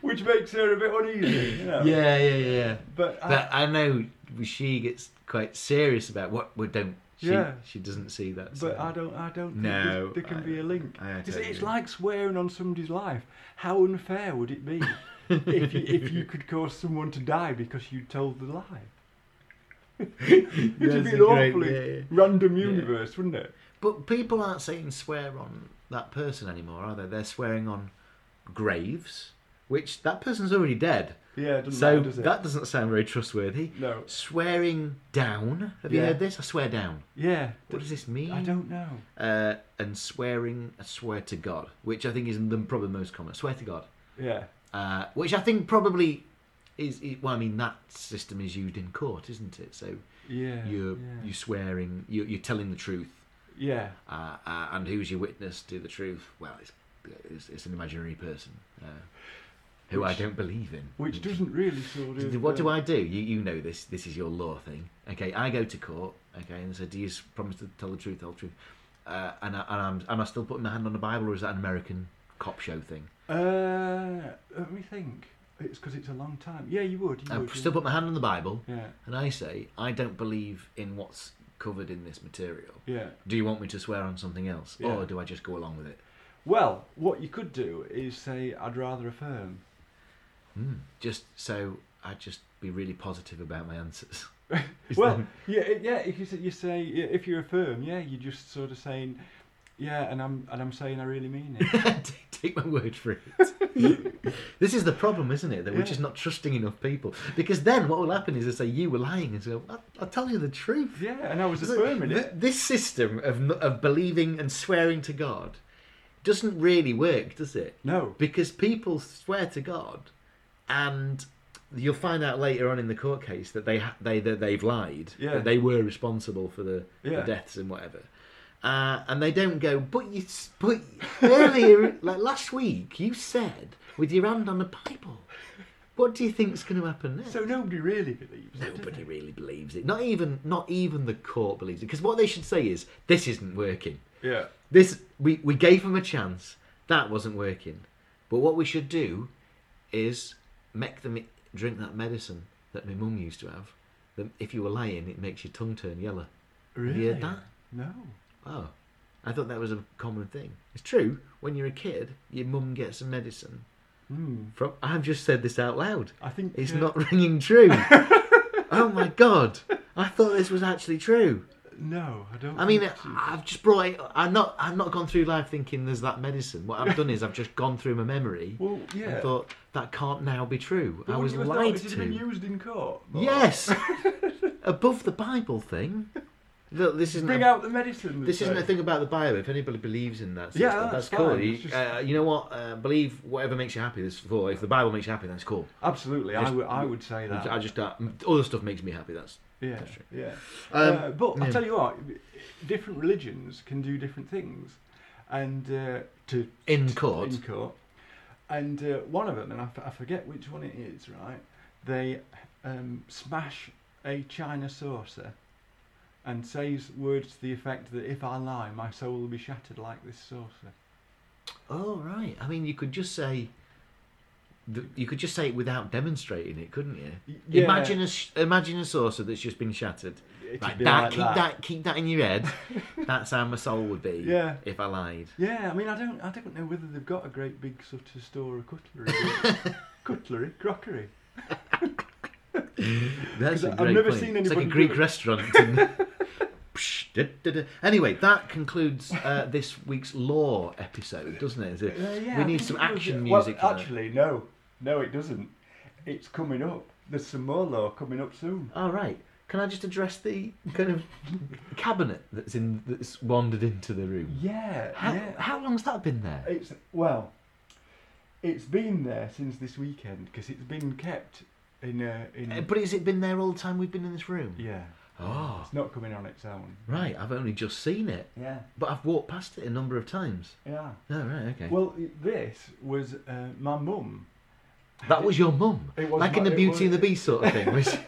B: Which makes her a bit uneasy, you know.
A: Yeah. Yeah. Yeah.
B: But, I,
A: But I know she gets quite serious about what we don't. She,
B: Yeah.
A: she doesn't see that.
B: but
A: side.
B: I don't, I don't think
A: No,
B: there, there can
A: I-
B: be a link.
A: I
B: It's,
A: totally
B: it's
A: agree.
B: like swearing on somebody's life. How unfair would it be if, you, if you could cause someone to die because you told the lie? It'd
A: That's
B: be
A: a
B: an
A: great-
B: awfully
A: yeah, yeah.
B: random
A: Yeah.
B: universe, wouldn't it?
A: But people aren't saying swear on that person anymore, are they? They're swearing on graves, which that person's already dead.
B: Yeah, it doesn't
A: so
B: matter, does it?
A: that doesn't sound very trustworthy.
B: no.
A: Swearing down. Have you
B: Yeah.
A: heard this? I swear down.
B: Yeah.
A: What does this mean?
B: I don't know.
A: Uh, and swearing, I swear to God, which I think is the probably the most common. Swear to God.
B: Yeah.
A: uh, which I think probably is, is well. I mean, that system is used in court, isn't it? So
B: Yeah.
A: you're
B: yeah.
A: you swearing, you're, you're telling the truth,
B: Yeah,
A: uh, uh, and who's your witness to the truth? Well, it's it's, it's an imaginary person uh, who I
B: Which-
A: don't believe in.
B: which doesn't really sort of.
A: What do
B: uh,
A: I do? You you know this. This is your law thing. Okay, I go to court. Okay, and say, do you s- promise to tell the truth, tell the truth? Uh, and I, and I'm, am I still putting my hand on the Bible, or is that an American cop show thing?
B: Uh, let me think. It's because it's a long time. Yeah, you would. You
A: I
B: would
A: Uh, still
B: yeah.
A: put my hand on the Bible.
B: Yeah,
A: And I say, I don't believe in what's covered in this material.
B: yeah.
A: Do you want me to swear on something else?
B: Yeah.
A: Or do I just go along with it?
B: Well, what you could do is say, "I'd rather affirm."
A: Hmm. Just so I just be really positive about my answers. Is
B: well,
A: that-
B: yeah, it- yeah. If you say, you say yeah, if you affirm, yeah, you're just sort of saying, "Yeah," and I'm and I'm saying I really mean it.
A: take, take my word for it. this is the problem, isn't it? That we're
B: Yeah.
A: just not trusting enough people. Because then what will happen is they say, You were lying. And so I'll, I'll tell you the truth.
B: yeah, and I was
A: So,
B: affirming
A: th-
B: it.
A: This system of, n- of believing and swearing to God doesn't really work, does it?
B: No.
A: because people swear to God, and you'll find out later on in the court case that they ha- they that they've lied,
B: Yeah.
A: that they were responsible for the, the
B: Yeah.
A: deaths and whatever. Uh, and they don't go, but you, s- but earlier, like last week, you said with your hand on the Bible. What do you think's going to happen next?
B: So nobody really believes. it, do
A: Nobody
B: they?
A: really believes it. Not even, not even the court believes it. Because what they should say is, this isn't working.
B: Yeah.
A: This we, we gave him a chance. That wasn't working. But what we should do is make them e, drink that medicine that my mum used to have. That if you were lying, it makes your tongue turn yellow.
B: Really?
A: heard that?
B: No.
A: Oh, I thought that was a common thing. It's true. When you're a kid, your mum gets some medicine.
B: Hmm.
A: From I've just said this out loud.
B: I think
A: It's
B: uh,
A: not ringing true. oh my god! I thought this was actually true.
B: No, I don't.
A: I mean, uh,
B: think she-
A: I've just brought it. I'm not. I've not gone through life thinking there's that medicine. What I've done is I've just gone through my memory
B: well,
A: and
B: yeah.
A: thought that can't now be true.
B: But
A: I
B: wouldn't
A: was
B: you have thought
A: lied
B: this had been
A: to.
B: used in court. more?
A: Yes, above the Bible thing. Look, this isn't.
B: Bring
A: a,
B: out the medicine.
A: this isn't
B: the
A: a thing about the bio. If anybody believes in that,
B: Yeah,
A: system,
B: that's
A: that's, cool.
B: fine.
A: You,
B: It's just-
A: uh, you know what? Uh, believe whatever makes you happy. This for if the Bible makes you happy, that's cool.
B: Absolutely, I
A: Just-
B: would. I would say that.
A: I just uh, other stuff makes me happy. That's
B: yeah,
A: that's true.
B: yeah.
A: Um,
B: Uh, but
A: yeah.
B: I'll tell you what, different religions can do different things, and uh, to
A: in court.
B: in court. And uh, one of them, and I, f- I forget which one it is, right? They um, smash a china saucer and says words to the effect that if I lie, my soul will be shattered like this saucer.
A: Oh right. I mean, you could just say. th- You could just say it without demonstrating it, couldn't you?
B: Y- yeah.
A: Imagine a sh- imagine a saucer that's just been shattered.
B: It'd
A: Like
B: be
A: that,
B: like
A: keep that. keep that in your head. That's how my soul would be.
B: Yeah.
A: If I lied.
B: Yeah, I mean, I don't, I don't know whether they've got a great big sort of store of cutlery, but- cutlery, crockery.
A: That's a
B: I've
A: great
B: never
A: point.
B: seen
A: It's like a
B: anybody do
A: Greek
B: it.
A: restaurant. And Psh, da, da, da. Anyway, that concludes uh, this week's law episode, doesn't it? Is it-
B: Uh, yeah,
A: we
B: I
A: need
B: think
A: some
B: it was- uh,
A: action
B: well,
A: music. for that.
B: actually, no, no, it doesn't. It's coming up. There's some more law coming up soon.
A: All right. Can I just address the kind of cabinet that's in that's wandered into the room?
B: Yeah,
A: How,
B: yeah.
A: how long's that been there?
B: It's well, it's been there since this weekend because it's been kept in a in.
A: Uh, But has it been there all the time we've been in this room?
B: yeah,
A: Oh,
B: it's not coming on its own.
A: right. I've only just seen it,
B: Yeah,
A: but I've walked past it a number of times.
B: yeah.
A: Oh, right. Okay.
B: Well, i- this was uh, my mum.
A: that was your mum,
B: It was
A: like in
B: my-
A: the
B: it
A: Beauty
B: was-
A: and the Beast sort of thing. Was,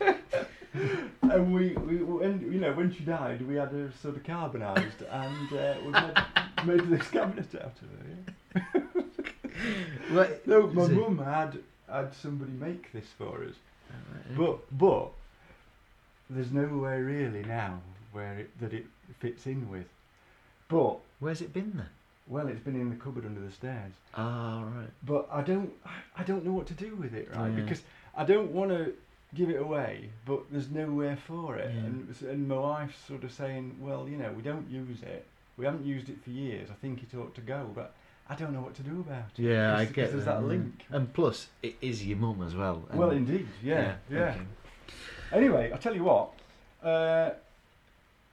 B: And we, we, when you know, when she died, we had her sort of carbonised, and uh, we made, made this cabinet out of her. Yeah.
A: well,
B: No, my
A: is it-
B: mum had had somebody make this for us,
A: Oh, right, okay.
B: but but there's nowhere really now where it, that it fits in with. But
A: Where's it been then?
B: well, it's been in the cupboard under the stairs.
A: Ah, right.
B: But I don't I don't know what to do with it, right?
A: Yeah.
B: Because I don't want to give it away, but there's nowhere for it.
A: Yeah.
B: And s- and my wife's sort of saying, well, you know, we don't use it. We haven't used it for years. I think it ought to go, but I don't know what to do about it.
A: Yeah, I
B: 'Cause- 'cause
A: get
B: There's
A: that,
B: that
A: yeah.
B: link.
A: And plus, it is your mum as well. and-
B: Well, indeed, yeah, yeah.
A: okay.
B: Anyway, I tell you what, uh,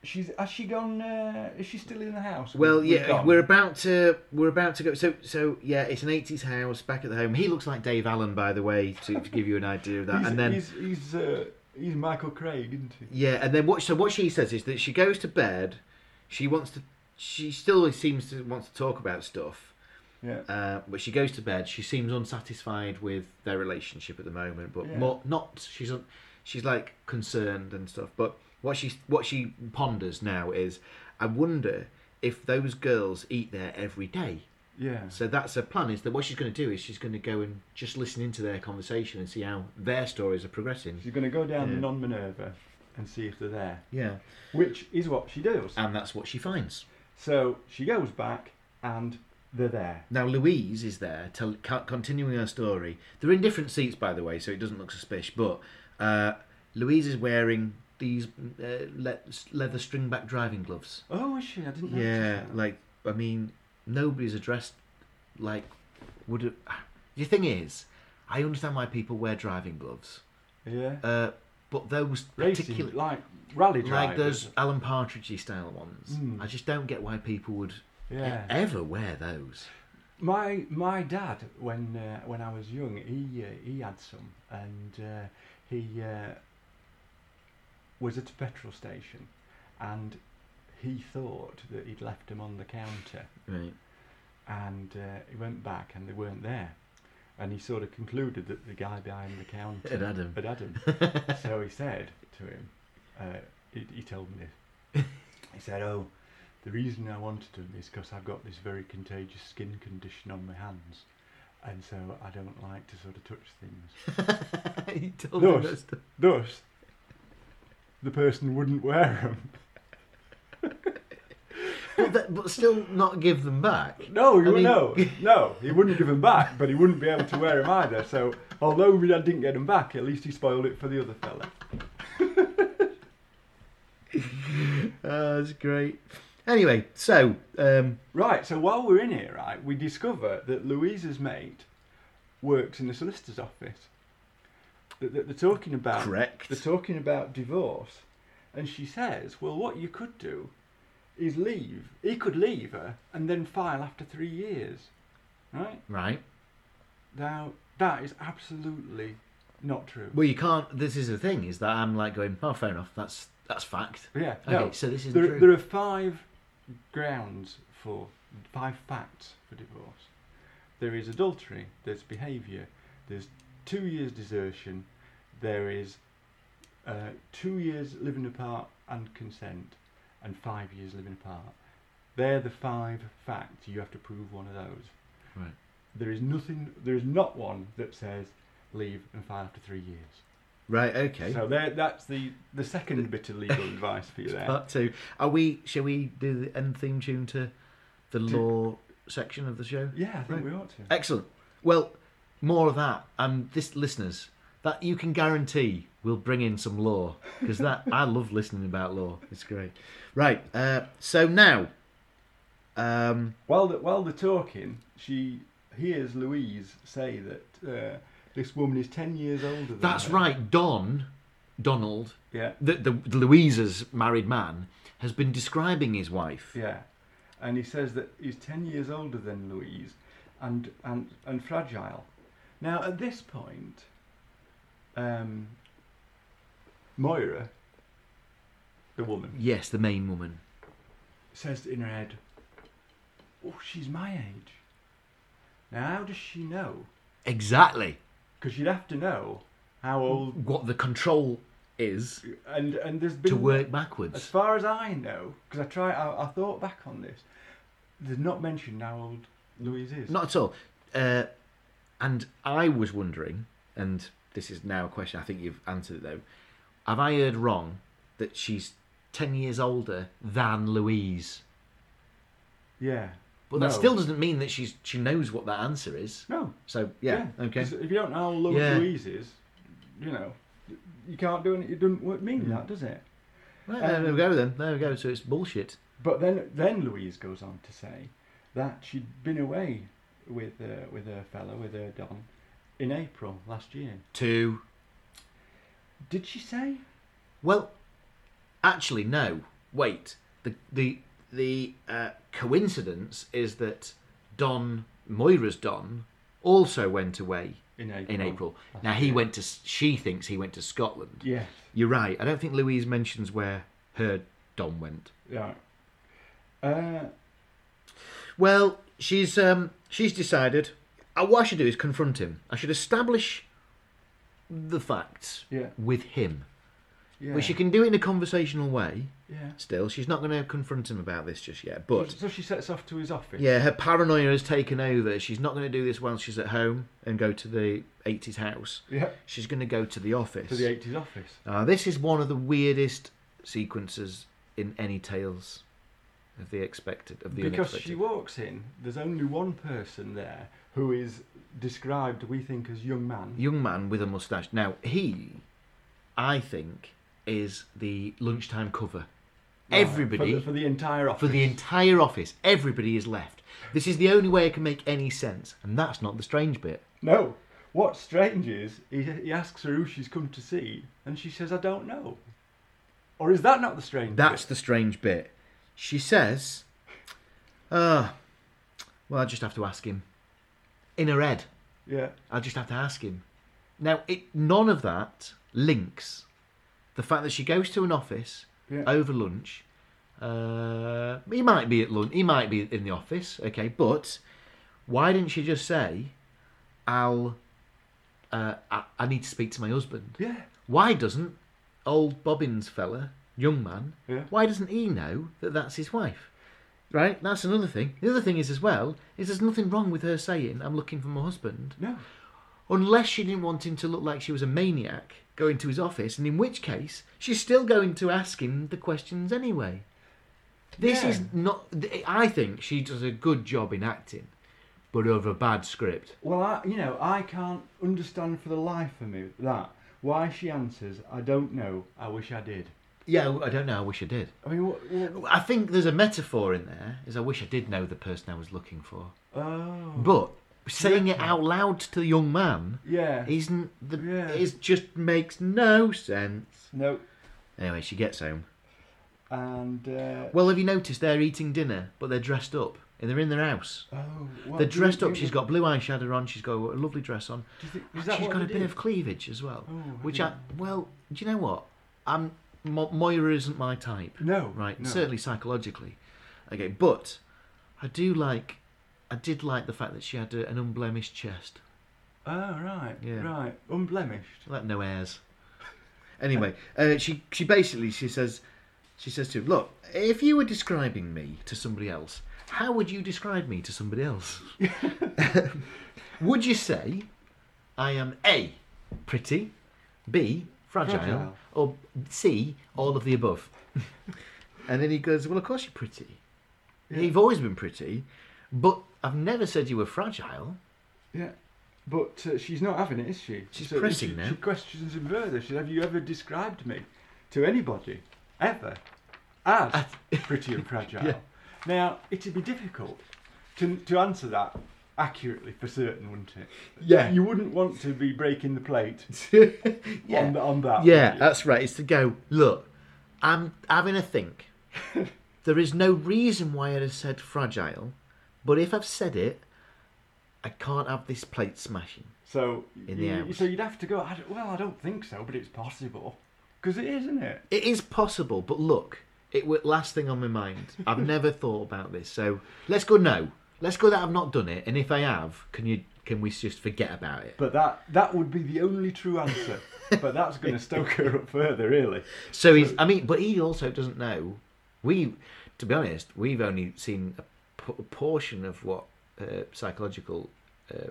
B: she's has she gone? Uh, is she still in the house?
A: Well,
B: We've
A: yeah,
B: gone.
A: we're about to we're about to go. So, so yeah, it's an '80s house back at the home. He looks like Dave Allen, by the way, to, to give you an idea of that.
B: He's,
A: and then
B: he's he's, uh, he's Michael Craig, isn't he?
A: yeah, and then what? So what she says is that she goes to bed. She wants to. She still seems to want to talk about stuff,
B: Yeah.
A: uh, but she goes to bed. She seems unsatisfied with their relationship at the moment, but
B: Yeah.
A: more not. She's un, she's like concerned and stuff. But what she what she ponders now is, I wonder if those girls eat there every day.
B: Yeah.
A: So that's her plan. Is that what she's going to do? Is she's going to go and just listen into their conversation and see how their stories are progressing.
B: She's going to go down
A: Yeah.
B: the non-Minerva and see if they're there,
A: Yeah,
B: which is what she does.
A: and that's what she finds.
B: So she goes back, and they're there.
A: Now Louise is there, tell, co- continuing her story. They're in different seats, by the way, so it doesn't look suspicious. But uh, Louise is wearing these uh, le- leather stringback driving gloves.
B: Oh, is she? I didn't. notice
A: Yeah,
B: that.
A: like I mean, nobody's addressed like would. It... The thing is, I understand why people wear driving gloves,
B: yeah.
A: uh, but those
B: Racing,
A: particular
B: like rally drivers.
A: like those Alan Partridgey style ones.
B: Mm.
A: I just don't get why people would
B: Yeah.
A: ever wear those.
B: My my dad, when uh, when I was young, he uh, he had some, and uh, he uh, was at a petrol station, and he thought that he'd left them on the counter,
A: Right.
B: and uh, he went back and they weren't there, and he sort of concluded that the guy behind the counter
A: Had had 'em.
B: had had 'em. so he said to him, uh, he, he told me this. He said, "Oh, the reason I wanted them is because I've got this very contagious skin condition on my hands, and so I don't like to sort of touch things.
A: he told me
B: Those.
A: that stuff.
B: Thus, the person wouldn't wear them.
A: But, that, but still not give them back.
B: No,
A: I
B: you
A: mean-
B: no, no. He wouldn't give them back, but he wouldn't be able to wear them either. So, although my dad didn't get them back, at least he spoiled it for the other fella.
A: Oh, that's great. Anyway, so um,
B: Right, so while we're in here, right, we discover that Louisa's mate works in the solicitor's office. That- that They're talking about
A: correct.
B: they're talking about divorce, And she says, Well, what you could do is leave. He could leave her and then file after three years. Right?
A: right?
B: Now, that is absolutely not true.
A: Well, you can't. This is the thing: is that I'm like going, oh, fair enough. That's that's fact.
B: yeah,
A: Okay,
B: no.
A: so this is
B: There,
A: true.
B: there are five grounds for, five facts for divorce. There is adultery, there's behaviour, there's two years desertion, there is uh, two years living apart and consent, and five years living apart. They're the five facts. You have to prove one of those.
A: Right.
B: There is nothing, there is not one that says leave and file after three years.
A: Right. Okay.
B: So there, that's the, the second bit of legal advice for you there.
A: Part two. Are we? Shall we do the end theme tune to the law section of the show?
B: Yeah, I
A: Right.
B: think we ought to.
A: Excellent. Well, more of that. Um, this listeners that you can guarantee will bring in some law because that I love listening about law. It's great. Right. Uh, so now, um,
B: While the, while they're talking, she hears Louise say that uh, this woman is ten years older. Than
A: that's
B: her.
A: right. Don, Donald,
B: Yeah,
A: the, the Louisa's married man, has been describing his wife.
B: yeah, and he says that he's ten years older than Louise, and and and fragile. Now at this point, um, Moira, the woman,
A: Yes, the main woman.
B: says in her head, "Oh, she's my age." Now how does she know?
A: Exactly.
B: Because you'd have to know how old
A: What the control is
B: and and there's been
A: to work
B: As
A: backwards.
B: far as I know, because I try, I, I thought back on this. There's not mentioned how old Louise is.
A: Not at all. Uh, and I was wondering, and this is now a question I think you've answered it though. Have I heard wrong that she's 10 years older than Louise?
B: Yeah.
A: But
B: no.
A: that still doesn't mean that she's she knows what that answer is.
B: No.
A: So, yeah, okay.
B: 'cause If you don't know how old
A: Yeah.
B: Louise is, you know, you can't do any. It doesn't wo-
A: Mm.
B: mean that, does it?
A: Right, there we go then. There we go. So it's bullshit.
B: But then, then Louise goes on to say that she'd been away with uh, with her fellow, with her Don, in April last year.
A: Two.
B: Did she say?
A: Well, actually, no. Wait. The the the uh, coincidence is that Don Moira's Don also went away
B: In April.
A: in April. Now he went to. S- She thinks he went to Scotland.
B: Yes.
A: You're right. I don't think Louise mentions where her Don went.
B: Yeah. Uh,
A: Well, she's um, she's decided. Uh, what I should do is confront him. I should establish the facts
B: yeah.
A: with him,
B: Yeah.
A: which she can do in a conversational way.
B: yeah.
A: Still, she's not going to confront him about this just yet. But
B: so she sets off to his office.
A: yeah, her paranoia has taken over. She's not going to do this while she's at home and go to the 80s house.
B: Yeah.
A: She's going to go to the office.
B: To the eighties office.
A: Uh, this is one of the weirdest sequences in any tales of the expected of the
B: Because
A: unexpected.
B: she walks in, there's only one person there who is described, we think, as young man.
A: Young man with a mustache. Now he, I think, is the lunchtime cover.
B: Right,
A: Everybody
B: for the, for the entire office.
A: for the entire office, everybody is left. This is the only way it can make any sense, and that's not the strange bit.
B: no. What's strange is he, he asks her who she's come to see, and she says, "I don't know." Or is that not the strange?
A: That's
B: bit?
A: the strange bit. She says, "Ah, well, I just have to ask him." In her head,
B: yeah.
A: I'll just have to ask him. Now, it, none of that links the fact that she goes to an office
B: Yeah.
A: over lunch. Uh, he might be at lunch. He might be in the office. Okay, but why didn't she just say, "I'll, uh, I, I need to speak to my husband"?
B: Yeah.
A: Why doesn't old Bobbins fella, young man,
B: Yeah.
A: why doesn't he know that that's his wife? Right, that's another thing. The other thing is as well is there's nothing wrong with her saying, "I'm looking for my husband."
B: No.
A: unless she didn't want him to look like she was a maniac going to his office, and in which case she's still going to ask him the questions anyway. This
B: Yeah.
A: is not. I think she does a good job in acting, but over a bad script.
B: Well, I, you know, I can't understand for the life of me that why she answers, "I don't know. I wish I did."
A: Yeah, I don't know. I wish I did.
B: I mean, what? what
A: I think there's a metaphor in there. Is I wish I did know the person I was looking for,
B: oh.
A: but saying it out loud to the young man
B: Yeah.
A: isn't the.
B: Yeah.
A: It just makes no sense.
B: No.
A: Anyway, she gets home.
B: And uh,
A: Well, have you noticed they're eating dinner, but they're dressed up and they're in their house.
B: oh, well,
A: they're
B: do you-
A: dressed
B: do
A: up.
B: you
A: She's
B: think-
A: got blue eyeshadow on. She's got a lovely dress on.
B: do you think-
A: She's
B: Is that what
A: got a
B: they
A: bit
B: did?
A: of cleavage as well,
B: Oh, I
A: which I
B: didn't-
A: well, do you know what? I'm Mo- Moira isn't my type,
B: No,
A: right?
B: no.
A: Certainly psychologically. Okay, but I do like. I did like the fact that she had a, an unblemished chest,
B: Oh right,
A: Yeah.
B: right, unblemished.
A: like no airs. Anyway, uh, she she basically she says she says to him, "Look, if you were describing me to somebody else, how would you describe me to somebody else? would you say I am A, pretty, B, fragile,
B: Fragile.
A: or C, all of the above?" and then he goes, "Well, of course you're pretty. You've always been pretty, but I've never said you were fragile."
B: Yeah. But uh, she's not having it, is she?
A: She's
B: she-
A: pressing
B: she,
A: now.
B: questions him further. She said, "Have you ever described me to anybody ever as pretty and fragile?"
A: Yeah.
B: Now it'd be difficult to to answer that accurately for certain, wouldn't it?
A: Yeah.
B: You wouldn't want to be breaking the plate on, on that.
A: Yeah,
B: would you?
A: that's right. It's to go, look, I'm having a think. there is no reason why I'd have said fragile, but if I've said it, I can't have this plate smashing.
B: so
A: in the
B: you,
A: house.
B: so you'd have to go. I don't- well, I don't think so, but it's possible because it is, isn't it?
A: It is possible, but look, it was last thing on my mind. I've never thought about this. So let's go no. Let's go that I've not done it, and if I have, can you can we just forget about it?
B: But that that would be the only true answer. but that's going to stoke her up further, really.
A: So he's. I mean, but he also doesn't know. We, to be honest, we've only seen a p- portion of what uh, psychological uh,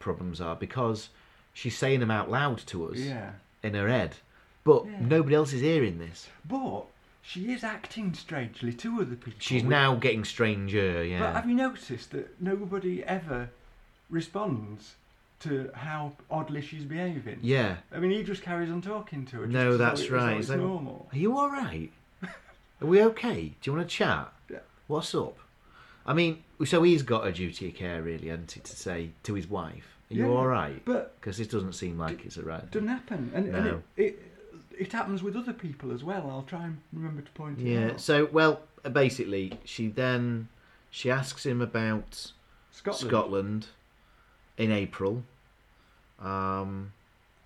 A: problems are because she's saying them out loud to us
B: Yeah.
A: in her head, but
B: Yeah.
A: nobody else is hearing this.
B: But she is acting strangely to other people.
A: She's
B: We-
A: now getting stranger.
B: But
A: Yeah.
B: have you noticed that nobody ever responds to how oddly she's behaving?
A: yeah.
B: I mean, he just carries on talking to her. just
A: No,
B: as though
A: that's
B: it- as though
A: right.
B: It's
A: It's like-
B: normal.
A: Are you all right? Are we okay? Do you want to chat?
B: Yeah.
A: What's up? I mean, so he's got a duty of care, really, hasn't he, to say to his wife, "Are you
B: Yeah.
A: all right?"
B: But
A: Because this doesn't seem like it's a right.
B: doesn't happen, and, and
A: No.
B: it, it it happens with other people as well. I'll try and remember to point it
A: Yeah.
B: out.
A: So well, basically, she then she asks him about
B: Scotland,
A: Scotland in April. Um,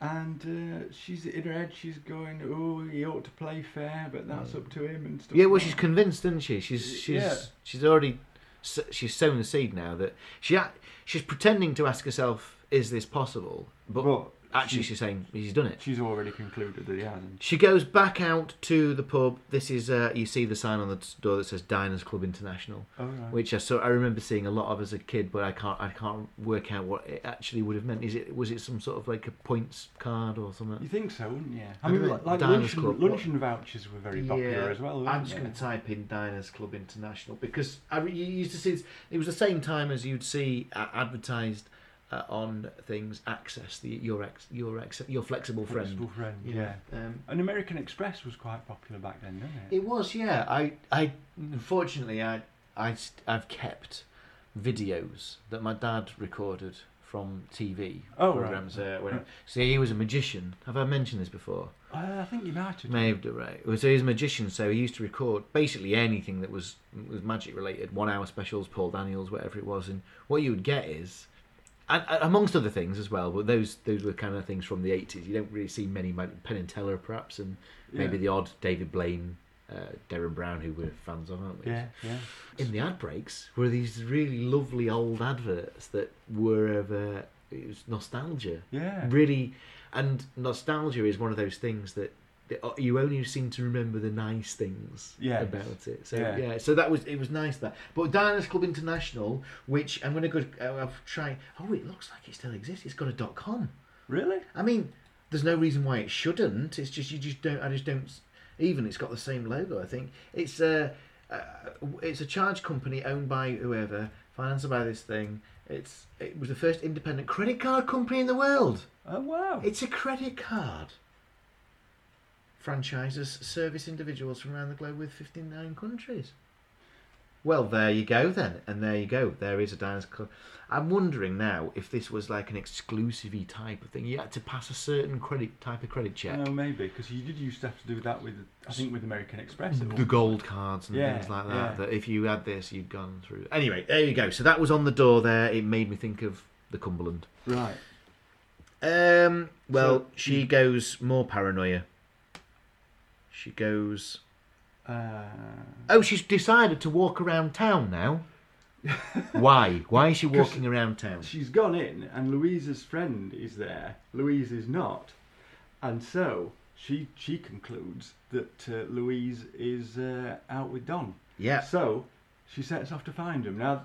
B: and uh, she's in her head. She's going, "Oh, he ought to play fair, but that's up to him." And stuff.
A: yeah. Well,
B: like
A: she's
B: that.
A: convinced, isn't she? She's she's
B: Yeah.
A: she's already s- she's sown the seed now that she ac- she's pretending to ask herself, "Is this possible?" But
B: Well,
A: actually,
B: she-
A: she's saying he's done it.
B: she's already concluded that he hasn't.
A: She goes back out to the pub. This is uh, you see the sign on the t- door that says Diners Club International.
B: Oh, right.
A: which I saw. I remember seeing a lot of as a kid, but I can't. I can't work out what it actually would have meant. Is it was it some sort of like a points card or
B: You
A: something?
B: think so, wouldn't you? I
A: I
B: mean,
A: don't
B: like,
A: know,
B: like
A: Diners
B: luncheon,
A: Club, what-
B: luncheon vouchers were very popular as well.
A: I'm
B: weren't
A: just
B: they?
A: going to type in Diners Club International because I re- you used to see this- it was the same time as you'd see uh, advertised uh, on things Access the your ex, your ex, your flexible friend.
B: Flexible friend,
A: you
B: yeah.
A: know, Um,
B: And American Express was quite popular back then, didn't it?
A: It was, yeah. I, I, unfortunately, I, I, st- I've kept videos that my dad recorded from TV
B: Oh, right.
A: programs. Uh, when, so he was a magician. Have I mentioned this before?
B: Uh, I think you might have.
A: May have done, right. Well, So he was a magician, so he used to record basically anything that was was magic related, one hour specials, Paul Daniels, whatever it was. And what you would get is, and, and amongst other things as well, but those those were kind of things from the eighties. You don't really see many like Penn and Teller, perhaps, and maybe
B: Yeah.
A: the odd David Blaine, uh, Darren Brown, who we're fans of, aren't we?
B: Yeah, yeah.
A: In the ad breaks were these really lovely old adverts that were of uh, it was nostalgia
B: Yeah.
A: really and nostalgia is one of those things that that uh, you only seem to remember the nice things
B: Yes.
A: about it so
B: Yeah.
A: yeah. so that was it was nice that but Diners Club International which I'm going to go uh, I've tried oh it looks like it still exists it's got a dot com
B: Really?
A: I mean there's no reason why it shouldn't it's just you just don't I just don't s- even it's got the same logo I think it's a uh, it's a charge company owned by whoever financed by this thing it's it was the first independent credit card company in the world
B: Oh, wow.
A: it's a credit card. Franchises service individuals from around the globe with 59 countries. Well, there you go then, and there you go. There is a dinosaur. Club. I'm wondering now if this was like an exclusivity type of thing. You had to pass a certain credit type of credit check,
B: Oh, maybe because you did used to have to do that with I think with American Express. at
A: the
B: one-
A: gold cards and
B: Yeah,
A: things like that.
B: yeah.
A: That if you had this, you'd gone through. Anyway, there you go. So that was on the door there. It made me think of the Cumberland.
B: Right.
A: Um, well,
B: So-
A: she goes more paranoia. She goes.
B: Uh,
A: Oh, she's decided to walk around town now. Why? Why is she walking around town?
B: she's gone in, and Louise's friend is there. Louise is not, and so she she concludes that uh, Louise is uh, out with Don.
A: Yeah.
B: So she sets off to find him. Now,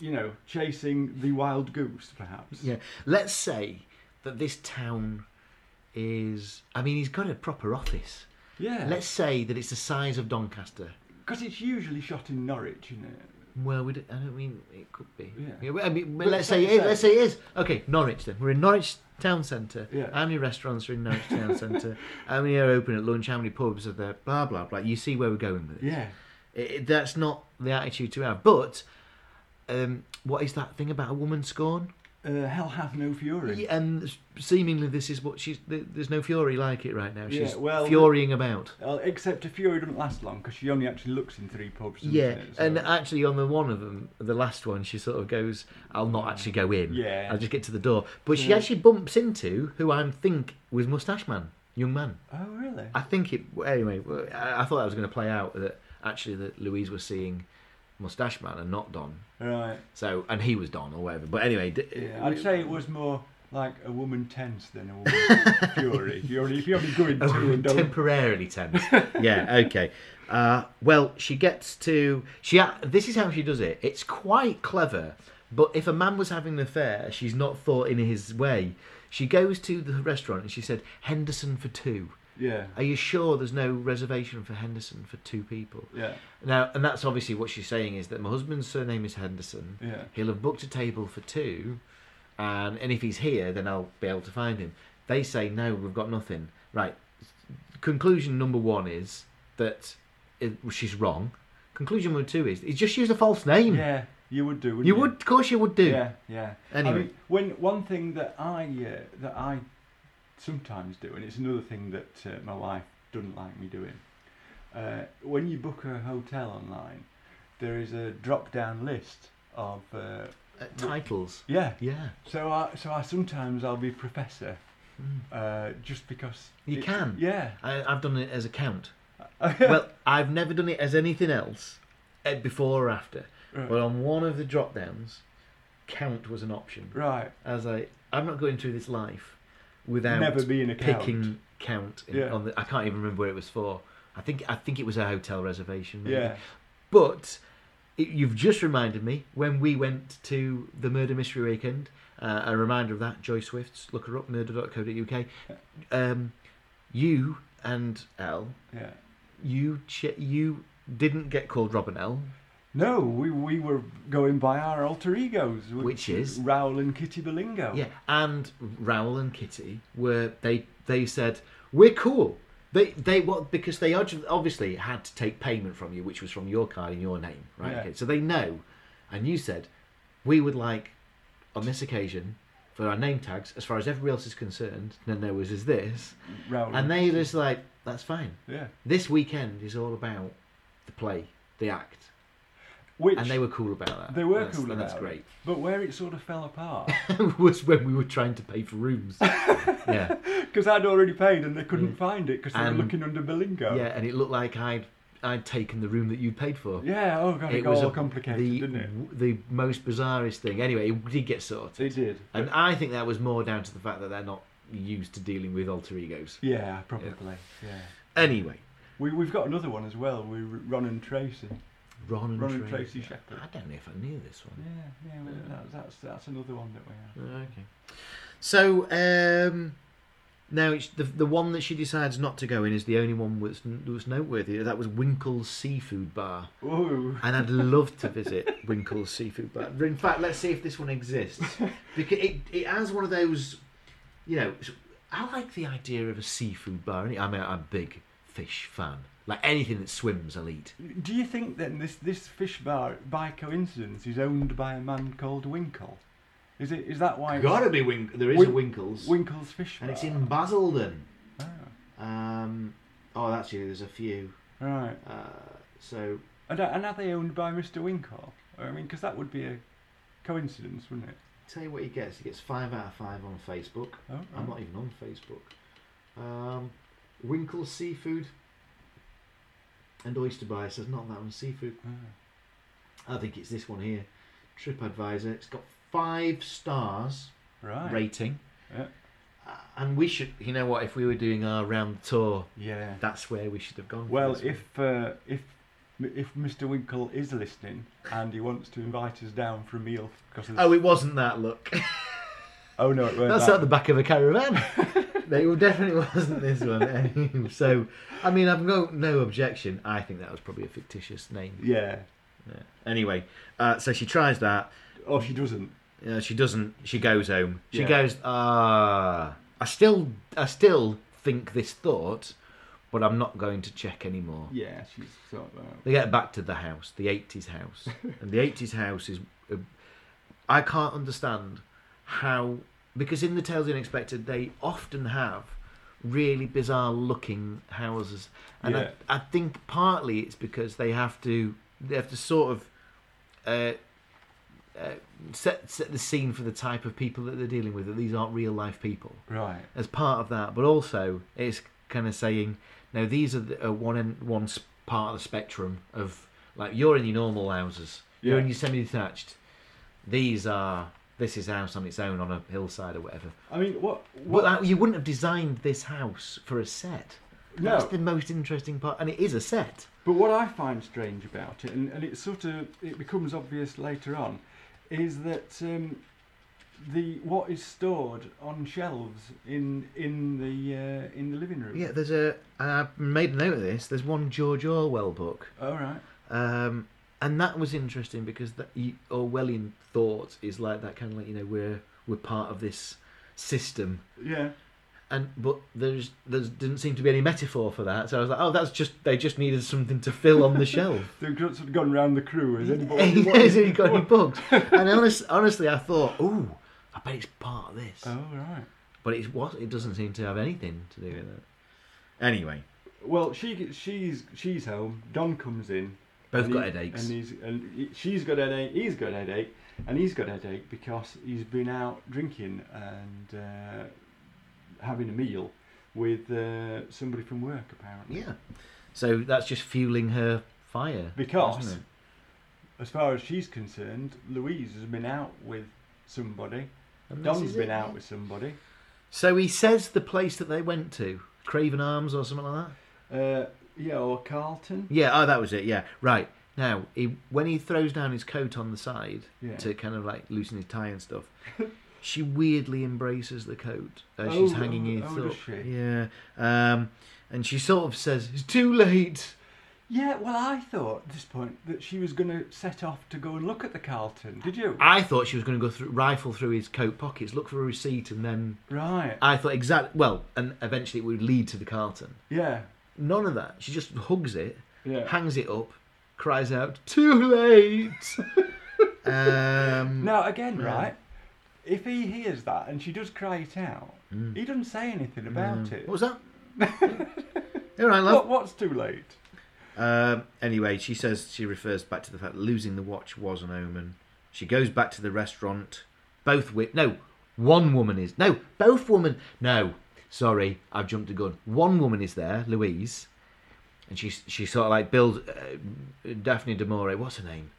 B: you know, chasing the wild goose, perhaps.
A: Yeah. Let's say that this town is. I mean, he's got a proper office.
B: Yeah.
A: Let's say that it's the size of Doncaster.
B: Because it's usually shot in Norwich, isn't it?
A: Well, we don't, I don't mean it could be.
B: Yeah.
A: well, I mean,
B: But
A: let's
B: it's not
A: say
B: the
A: it,
B: same.
A: let's say it is. Okay, Norwich then. We're in Norwich town centre.
B: Yeah.
A: How many restaurants are in Norwich town centre? How many are open at lunch? How many pubs are there? Blah blah blah. You see where we're going with it.
B: Yeah.
A: It, it- that's not the attitude to have. But um, what is that thing about a woman scorn?
B: Uh, hell hath no fury.
A: Yeah, and seemingly this is what she's. th- There's no fury like it right now.
B: Yeah,
A: She's
B: well,
A: furying about.
B: Well, except a fury doesn't last long because she only actually looks in three pubs. doesn't
A: Yeah,
B: it? So-
A: and uh, actually on the one of them, the last one, she sort of goes, "I'll not actually go in.
B: Yeah.
A: I'll just get to the door." But she
B: Yeah.
A: actually bumps into who I think was Mustache Man, young man.
B: oh really?
A: I think it. Anyway, well, I I thought that was going to play out that actually that Louise was seeing Mustache Man and not Don.
B: Right.
A: So and he was Don or whatever. But anyway, d-
B: Yeah. I'd say it was more like a woman tense than a woman fury. If you only if you only go into and don't.
A: temporarily tense. yeah, okay. Uh, well, she gets to she. a- This is how she does it. It's quite clever. But if a man was having an affair, she's not thought in his way. She goes to the restaurant and she said Henderson for two.
B: Yeah.
A: Are you sure there's no reservation for Henderson for two people?
B: Yeah.
A: Now, and that's obviously what she's saying is that my husband's surname is Henderson.
B: Yeah.
A: He'll have booked a table for two, and and if he's here, then I'll be able to find him. They say no, we've got nothing. Right. Conclusion number one is that it, she's wrong. Conclusion number two is he's just used a false name.
B: Yeah. You would do. Wouldn't
A: you would, of course, you would do.
B: Yeah. Yeah.
A: Anyway.
B: I mean, when one thing that I uh, that I sometimes do, and it's another thing that uh, my wife doesn't like me doing. Uh, when you book a hotel online, there is a drop-down list of uh,
A: Uh, titles.
B: yeah.
A: Yeah,
B: So I so I sometimes I'll be professor, uh, just because
A: You
B: it-
A: can.
B: Yeah.
A: Hmm. I, I've done it as a count. well, I've never done it as anything else, eh, before or after.
B: Right.
A: But on one of the drop downs, count was an option.
B: Right.
A: I was like, I'm not going through this life without
B: Never being a count.
A: picking count. in-
B: Yeah.
A: on the, I can't even remember where it was for. I think I think it was a hotel reservation. Maybe.
B: Yeah.
A: But it, you've just reminded me when we went to the Murder Mystery Weekend. Uh, a reminder of that, Joy Swift's. Look her up, murder.co.uk. Um, you and Elle,
B: Yeah.
A: you ch- you didn't get called Robin Elle.
B: No, we, we were going by our alter egos,
A: Which is?
B: Raoul and Kitty Belingo.
A: Yeah, and Raoul and Kitty were they they said we're cool. They they what because they obvi- obviously had to take payment from you, which was from your card in your name, right?
B: Yeah.
A: Okay, so they know, and you said we would like on this occasion for our name tags, as far as everybody else is concerned, then there was is this,
B: Raoul.
A: and they just like that's fine.
B: yeah.
A: This weekend is all about the play, the act,
B: Which
A: and they were cool about that.
B: They were
A: That's-
B: cool
A: and
B: about
A: that's
B: it.
A: great.
B: But where it sort of fell apart,
A: was when we were trying to pay for rooms. yeah.
B: because I'd already paid and they couldn't find it because they
A: And-
B: were looking under Belingo.
A: Yeah, and it looked like I'd I'd taken the room that you paid for.
B: Yeah, oh god, it, got all complicated,
A: the,
B: didn't it?
A: w- the most bizarrest thing. Anyway, it did get sorted,
B: They did.
A: and I think that was more down to the fact that they're not used to dealing with alter egos.
B: Yeah, probably. Yeah.
A: Anyway,
B: We, we've got another one as well. We Ron and Tracy.
A: Ron and
B: Ron and
A: Tracy.
B: Tracy Shepherd.
A: I don't know if I knew this
B: Yeah,
A: one. Oh,
B: yeah, well, that- that's that's another one that we have.
A: Okay. So um, now it's the the one that she decides not to go in is the only one that's, that's noteworthy. That was Winkle's Seafood Bar.
B: Ooh,
A: and I'd love to visit Winkle's Seafood Bar. In fact, let's see if this one exists because it, it has one of those, you know. s- I like the idea of a seafood bar. innit? I mean, I'm a big fish fan. Like anything that swims, I'll eat.
B: Do you think then this, this fish bar, by coincidence, is owned by a man called Winkle? Is it? Is that why? it's-
A: Gotta be Winkle. There is
B: Win-
A: a Winkles,
B: Winkle's fish bar.
A: and it's in Basildon.
B: Ah,
A: Um, oh, actually, there's a few.
B: right.
A: Uh, so
B: And, are- and are they owned by Mr. Winkle? I mean, because that would be a coincidence, wouldn't it?
A: tell you what he gets. He gets five out of five on Facebook.
B: Oh,
A: I'm not even on Facebook. Um, Winkle Seafood and Oyster Buy says not that one. Seafood.
B: Ah.
A: I think it's this one here. TripAdvisor. It's got five stars
B: Right.
A: rating.
B: Yeah.
A: Uh, And we should, you know what? If we were doing our round tour,
B: Yeah.
A: that's where we should have gone. for
B: Well,
A: this one.
B: if uh, if if Mr. Winkle is listening and he wants to invite us down for a meal because of
A: oh, it wasn't that look.
B: oh no, it weren't
A: That's
B: that.
A: out the back of a caravan. it definitely wasn't this one. so, I mean, I've no no objection. I think that was probably a fictitious name.
B: Yeah,
A: Yeah. Anyway, uh, so she tries that.
B: or Oh, she doesn't.
A: Uh, she doesn't. She goes home. She
B: Yeah.
A: goes. Ah, I still I still think this thought, but I'm not going to check anymore.
B: Yeah, she's sort of. Uh,
A: They get back to the house, the 80s house. and the 80s house is. Uh, I can't understand how. Because in the Tales of the Unexpected, they often have really bizarre looking houses. And
B: Yeah.
A: I, I think partly it's because they have to. They have to sort of. Uh, uh, set set the scene for the type of people that they're dealing with. That these aren't real life people
B: right.
A: as part of that, but also it's kind of saying now these are the, uh, one end, one s- part of the spectrum of like you're in your normal houses, you're in
B: Yeah.
A: your semi-detached. These are this is a house on its own on a hillside or whatever.
B: I mean, what?
A: Well,
B: What?
A: that, you wouldn't have designed this house for a set.
B: no.
A: That's the most interesting part, and it is a set.
B: But what I find strange about it, and, and it sort of it becomes obvious later on, is that um, the what is stored on shelves in in the uh, in the living room.
A: Yeah, there's a. I made a note of this. There's one George Orwell book
B: All right.
A: Um, and that was interesting because that you- Orwellian thought is like that kind of like you know we're we're part of this system,
B: Yeah.
A: and but there's there didn't seem to be any metaphor for that. So I was like, oh, that's just they just needed something to fill on the shelf.
B: They've got- sort of gone round the crew. Has anybody? what
A: Has
B: is-
A: it got any
B: what-
A: bugs? And honest, honestly, I thought, ooh, I bet it's part of this,
B: Oh right.
A: but it was it doesn't seem to have anything to do with it. Anyway,
B: Well, she g- she's she's home. Don comes in.
A: both
B: and
A: got
B: he-
A: headaches.
B: And he's and he- she's got a headache. He's got a headache, and he's got a headache because he's been out drinking and uh, having a meal with uh, somebody from work apparently.
A: yeah, so that's just fueling her fire
B: Because-
A: isn't it?
B: As far as she's concerned, Louise has been out with somebody.
A: And this
B: Don's
A: is it.
B: been out with somebody.
A: So he says the place that they went to, Craven Arms or something like that.
B: Uh, yeah, or Carlton.
A: Yeah, oh, that was it. Yeah, right. Now, he, when he throws down his coat on the side
B: Yeah.
A: to kind of like loosen his tie and stuff, she weirdly embraces the coat as
B: Oh,
A: she's hanging it
B: oh,
A: up.
B: does she?
A: Yeah, um, and she sort of says, "It's too late."
B: Yeah, well, I thought at this point that she was going to set off to go and look at the Carlton. Did you?
A: I thought she was going to go through, rifle through his coat pockets, look for a receipt, and then
B: Right.
A: I thought exactly. Well, and eventually it would lead to the Carlton.
B: Yeah.
A: None of that. She just hugs it.
B: Yeah.
A: hangs it up, cries out, "Too late!" um,
B: Now again,
A: Yeah.
B: right? If he hears that and she does cry it out,
A: Mm.
B: he doesn't say anything about it.
A: What was that? All right,
B: What,
A: love.
B: what's too late?
A: Um, anyway, she says she refers back to the fact that losing the watch was an omen. She goes back to the restaurant. Both wi- no, one woman is no, both woman no. Sorry, I've jumped the gun. One woman is there, Louise, and she she sort of like builds uh, Daphne Demore. What's her name?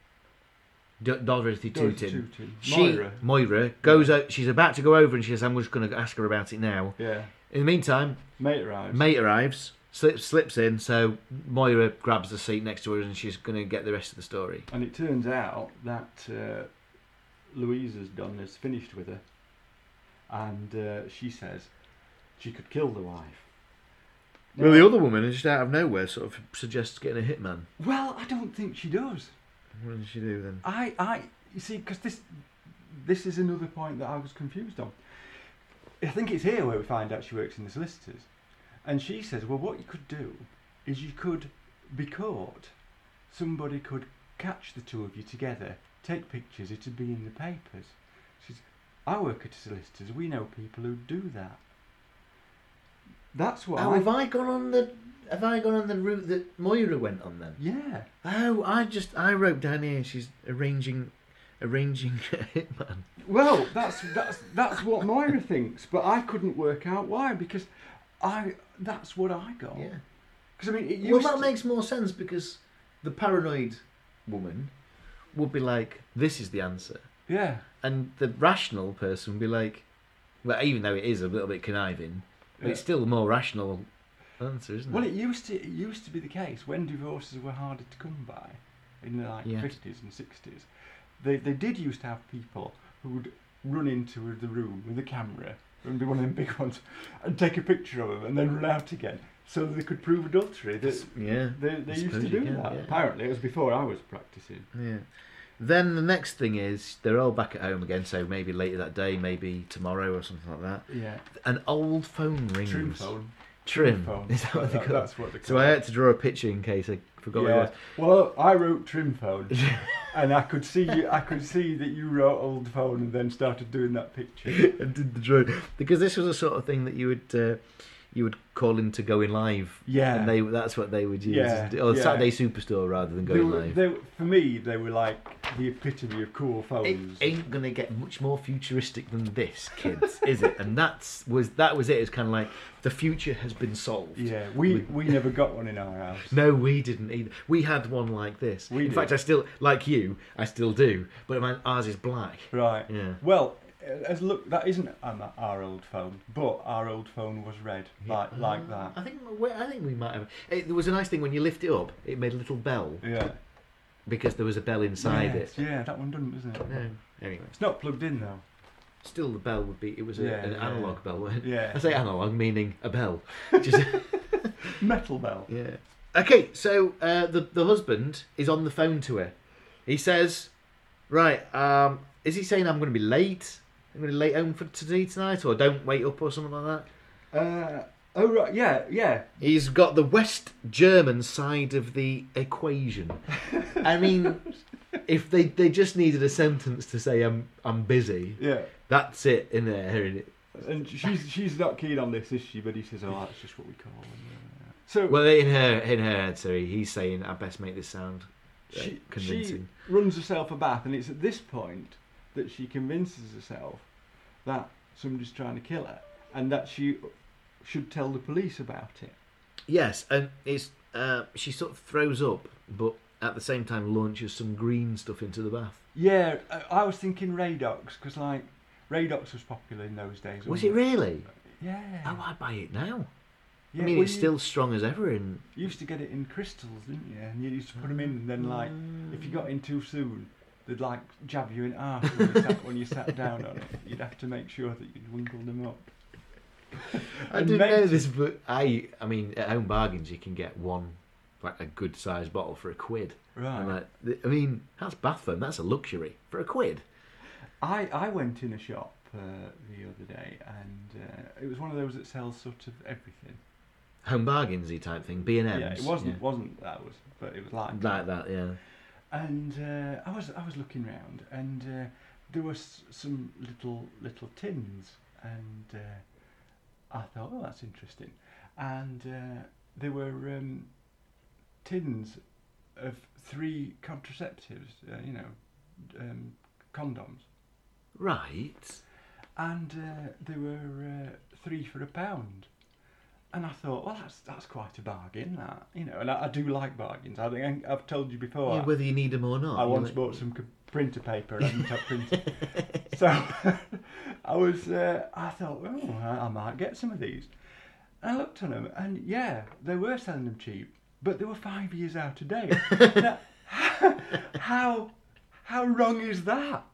A: D- Dorothy
B: Dorothy
A: Tootin.
B: Tootin.
A: She,
B: Moira.
A: Moira goes. o she's about to go over, and she says, "I'm just going to ask her about it now."
B: Yeah.
A: In the meantime,
B: Mate arrives.
A: mate arrives, slips slips in. So Moira grabs the seat next to her, and she's going to get the rest of the story.
B: And it turns out that uh, Louisa's done has finished with her, and uh, she says she could kill the wife.
A: Well,
B: Now-
A: the other woman, just out of nowhere, sort of suggests getting a hitman.
B: well, I don't think she does.
A: What did she do then?
B: I, I, you see, because this, this is another point that I was confused on. I think it's here where we find out she works in the solicitors, and she says, "Well, what you could do is you could be caught. Somebody could catch the two of you together, take pictures, it'd be in the papers. She says, I work at solicitors, we know people who do that. That's what
A: Oh,
B: I.
A: have I gone on the have I gone on the route that Moira went on then?
B: yeah.
A: Oh, I just I wrote down here she's arranging arranging a hitman.
B: Well, that's that's that's what Moira thinks, but I couldn't work out why because I that's what I got.
A: Yeah.
B: Because I mean, it used
A: Well, that
B: to-
A: makes more sense because the paranoid woman would be like, "This is the answer,"
B: yeah,
A: and the rational person would be like, "Well, even though it is a little bit conniving, but it's
B: Yeah.
A: still the more rational answer, isn't
B: Well,
A: it?"
B: it used to it used to be the case when divorces were harder to come by in the like
A: Yeah.
B: fifties and sixties. They they did used to have people who would run into the room with a camera and be one of them big ones and take a picture of them and then run out again so they could prove adultery. They,
A: yeah,
B: they, they
A: I
B: used to
A: suppose
B: do
A: you can,
B: that.
A: yeah.
B: Apparently, it was before I was practicing.
A: yeah. Then the next thing is they're all back at home again, so maybe later that day, maybe tomorrow or something like that.
B: Yeah,
A: An old phone rings.
B: trim phone.
A: Trim.
B: phone.
A: Is that what they
B: That-
A: call it?
B: that's what they
A: So
B: call
A: I
B: it.
A: had to draw a picture in case I forgot what it
B: Yeah.
A: was.
B: Well, I wrote trim phone, and I could see you. I could see that you wrote old phone, and then started doing that picture.
A: and did the drawing because this was the sort of thing that you would uh, you would call in to going live.
B: Yeah.
A: and they that's what they would use,
B: Yeah,
A: or
B: yeah.
A: Saturday Superstore rather than
B: They
A: going
B: were,
A: live.
B: they were- for me, they were like the epitome of cool
A: It
B: phones.
A: ain't gonna get much more futuristic than this, kids, is it? And that's was that was it. It's kind of like the future has been solved.
B: yeah, we, we never got one in our house.
A: No, we didn't either. We had one like this.
B: We
A: in
B: did.
A: fact, I still like you. I still do, but mine, ours is black.
B: Right.
A: Yeah.
B: Well, as look, that isn't um, our old phone, but our old phone was red, like like that.
A: I think we- I think we might have. It, there was a nice thing when you lift it up. It made a little bell
B: Yeah.
A: because there was a bell inside
B: Yes,
A: it.
B: Yeah, that one doesn't, isn't it?
A: No. Anyway,
B: It's not plugged in though.
A: still the bell would be. It was a,
B: Yeah,
A: an
B: yeah.
A: analog bell. Wasn't it?
B: Yeah.
A: I say analog meaning a bell. Just,
B: Metal bell.
A: yeah. Okay, so uh, the the husband is on the phone to her. He says, "Right, um, is he saying I'm going to be late? I'm going to be late home for today tonight, or don't wait up, or something like that."
B: Uh, oh right, yeah, yeah.
A: He's got the West German side of the equation. I mean, if they, they just needed a sentence to say I'm I'm busy,
B: Yeah.
A: that's it in there. innit?
B: And she's she's not keen on this, is she? But he says, "Oh, that's just what we call them." So
A: Well, in her in her head, sorry, he's saying I best make this sound uh,
B: she, she
A: convincing.
B: runs herself a bath, and it's at this point that she convinces herself that somebody's trying to kill her, and that she should tell the police about it.
A: Yes, and it's uh, she sort of throws up, but at the same time launches some green stuff into the bath.
B: Yeah, I, I was thinking Radox because like Radox was popular in those days.
A: Was
B: wasn't
A: it really?
B: Yeah.
A: Oh, I buy it now.
B: yeah
A: I mean,
B: well,
A: it's
B: you
A: still strong as ever. In
B: used to get it in crystals, didn't you? And you used to put them in, and then like if you got in too soon. They'd like jab you in arse when you, sat, when you sat down on it. You'd have to make sure that you'd winkle them up.
A: I
B: And
A: didn't know
B: mate-
A: this, but I, I mean, at home bargains you can get one, like a good sized bottle for a quid.
B: Right.
A: And like, th- I mean, that's bath foam. That's a luxury for a quid.
B: I, I went in a shop uh, the other day and uh, it was one of those that sells sort of everything.
A: Home bargainsy type thing. B and M's.
B: Yeah, it wasn't wasn't that was, but it was like.
A: like that. Yeah.
B: And uh, I was I was looking round and uh, there were s- some little little tins and uh, I thought oh that's interesting, and uh, there were um, tins of three contraceptives, uh, you know, um, condoms.
A: Right.
B: and uh, they were uh, three for a pound. And I thought, well, that's that's quite a bargain, that you know. And I, I do like bargains. I think I've told you before.
A: Yeah, whether you need them or not.
B: I
A: Oh, you
B: once
A: like-
B: bought some c- printer paper and I haven't had printer. so I was, uh, I thought, oh, I, I might get some of these. And I looked on them, and yeah, they were selling them cheap, but they were five years out of date. now, how how wrong is that?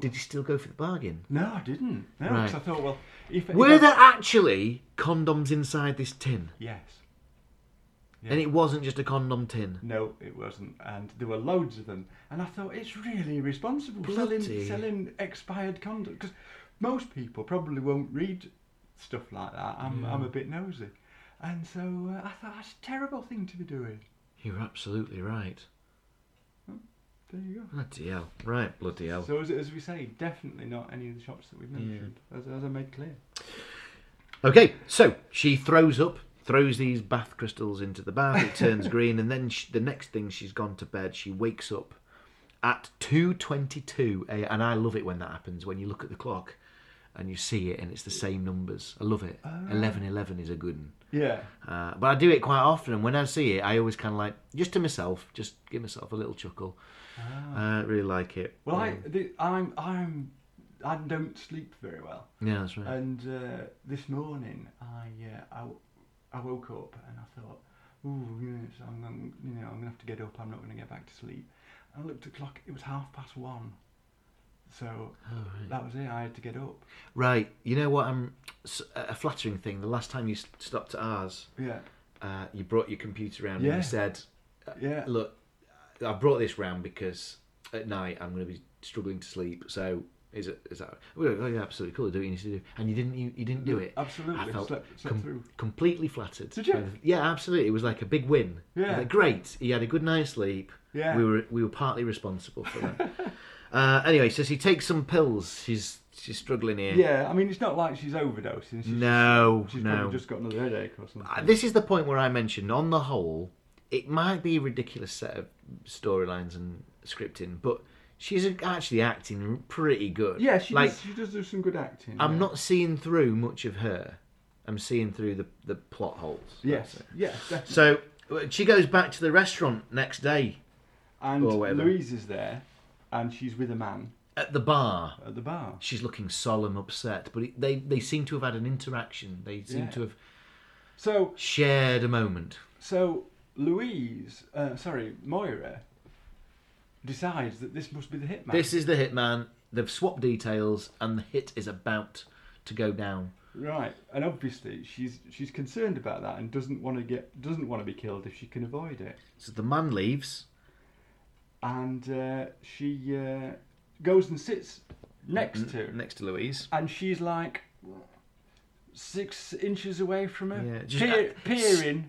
A: Did you still go for the bargain?
B: No, I didn't. No, 'cause
A: Right.
B: I thought, well, if if I-
A: Were there actually condoms inside this tin?
B: Yes.
A: And it wasn't just a condom tin.
B: No, it wasn't. And there were loads of them. And I thought it's really irresponsible
A: Bloody-
B: selling selling expired condoms because most people probably won't read stuff like that. I'm I'm a bit nosy. And so uh, I thought that's a terrible thing to be doing.
A: You're absolutely right.
B: There you go.
A: Bloody hell. Right, bloody hell.
B: So as, as we say, definitely not any of the shops that we've mentioned, as, as I made clear.
A: Okay, so she throws up, throws these bath crystals into the bath. It turns green, and then sh the next thing she's gone to bed, she wakes up at two twenty-two a.m. And I love it when that happens. When you look at the clock and you see it, and it's the same numbers. I love it.
B: Ah.
A: Eleven eleven is a good. one.
B: Yeah.
A: Uh, but I do it quite often, and when I see it, I always kind of like just to myself, just give myself a little chuckle. I really like it.
B: Ah. Well, I,
A: Um,
B: the, I'm, I'm, I don't sleep very well.
A: yeah, that's right.
B: And uh, this morning, I, uh, I, w- I woke up and I thought, ooh, yes, I'm, I'm, you know, I'm gonna have to get up. I'm not gonna get back to sleep. I looked at the clock. It was half past one.
A: Oh,
B: So that was it. I had to get up.
A: Right, you know what? Um, s- a flattering thing. The last time you s- stopped at ours,
B: Yeah.
A: uh, you brought your computer round and
B: Yeah.
A: you said,
B: Yeah.
A: "Look, I brought this round because at night I'm going to be struggling to sleep. So is it is that? Well, yeah, yeah, absolutely cool. Do what you need to do." And you didn't. You, you didn't do it.
B: Absolutely.
A: I felt
B: Slept- slept
A: com-
B: through.
A: completely flattered.
B: Did you?
A: by the- Yeah, absolutely. It was like a big win. I was
B: Yeah.
A: like, Great. He had a good night's sleep.
B: Yeah.
A: We were we were partly responsible for that. uh, anyway, so she takes some pills. She's she's struggling here.
B: Yeah. I mean, it's not like she's overdosing. She's,
A: No,
B: she's
A: no.
B: probably just got another headache or something.
A: Uh, this is the point where I mentioned, on the whole, it might be a ridiculous set of storylines and scripting, but she's actually acting pretty good.
B: yeah, she
A: like
B: does. She does do some good acting.
A: I'm
B: yeah.
A: not seeing through much of her. I'm seeing through the the plot holes.
B: Yes. Yes. Definitely.
A: So uh, she goes back to the restaurant next day
B: And
A: Or whatever.
B: Louise is there, and she's with a man
A: at the bar.
B: at the bar.
A: She's looking solemn, upset, but it, they they seem to have had an interaction. They seem
B: Yeah.
A: to have
B: So,
A: shared a moment.
B: so Louise, uh, sorry, Moira, decides that this must be the hitman.
A: This is the hitman. They've swapped details, and the hit is about to go down.
B: right, and obviously she's she's concerned about that and doesn't want to get doesn't want to be killed if she can avoid it.
A: So the man leaves.
B: And uh, she uh, goes and sits next to,
A: next to Louise.
B: and she's like six inches away from her,
A: Yeah, just-
B: Uh, peer, peering.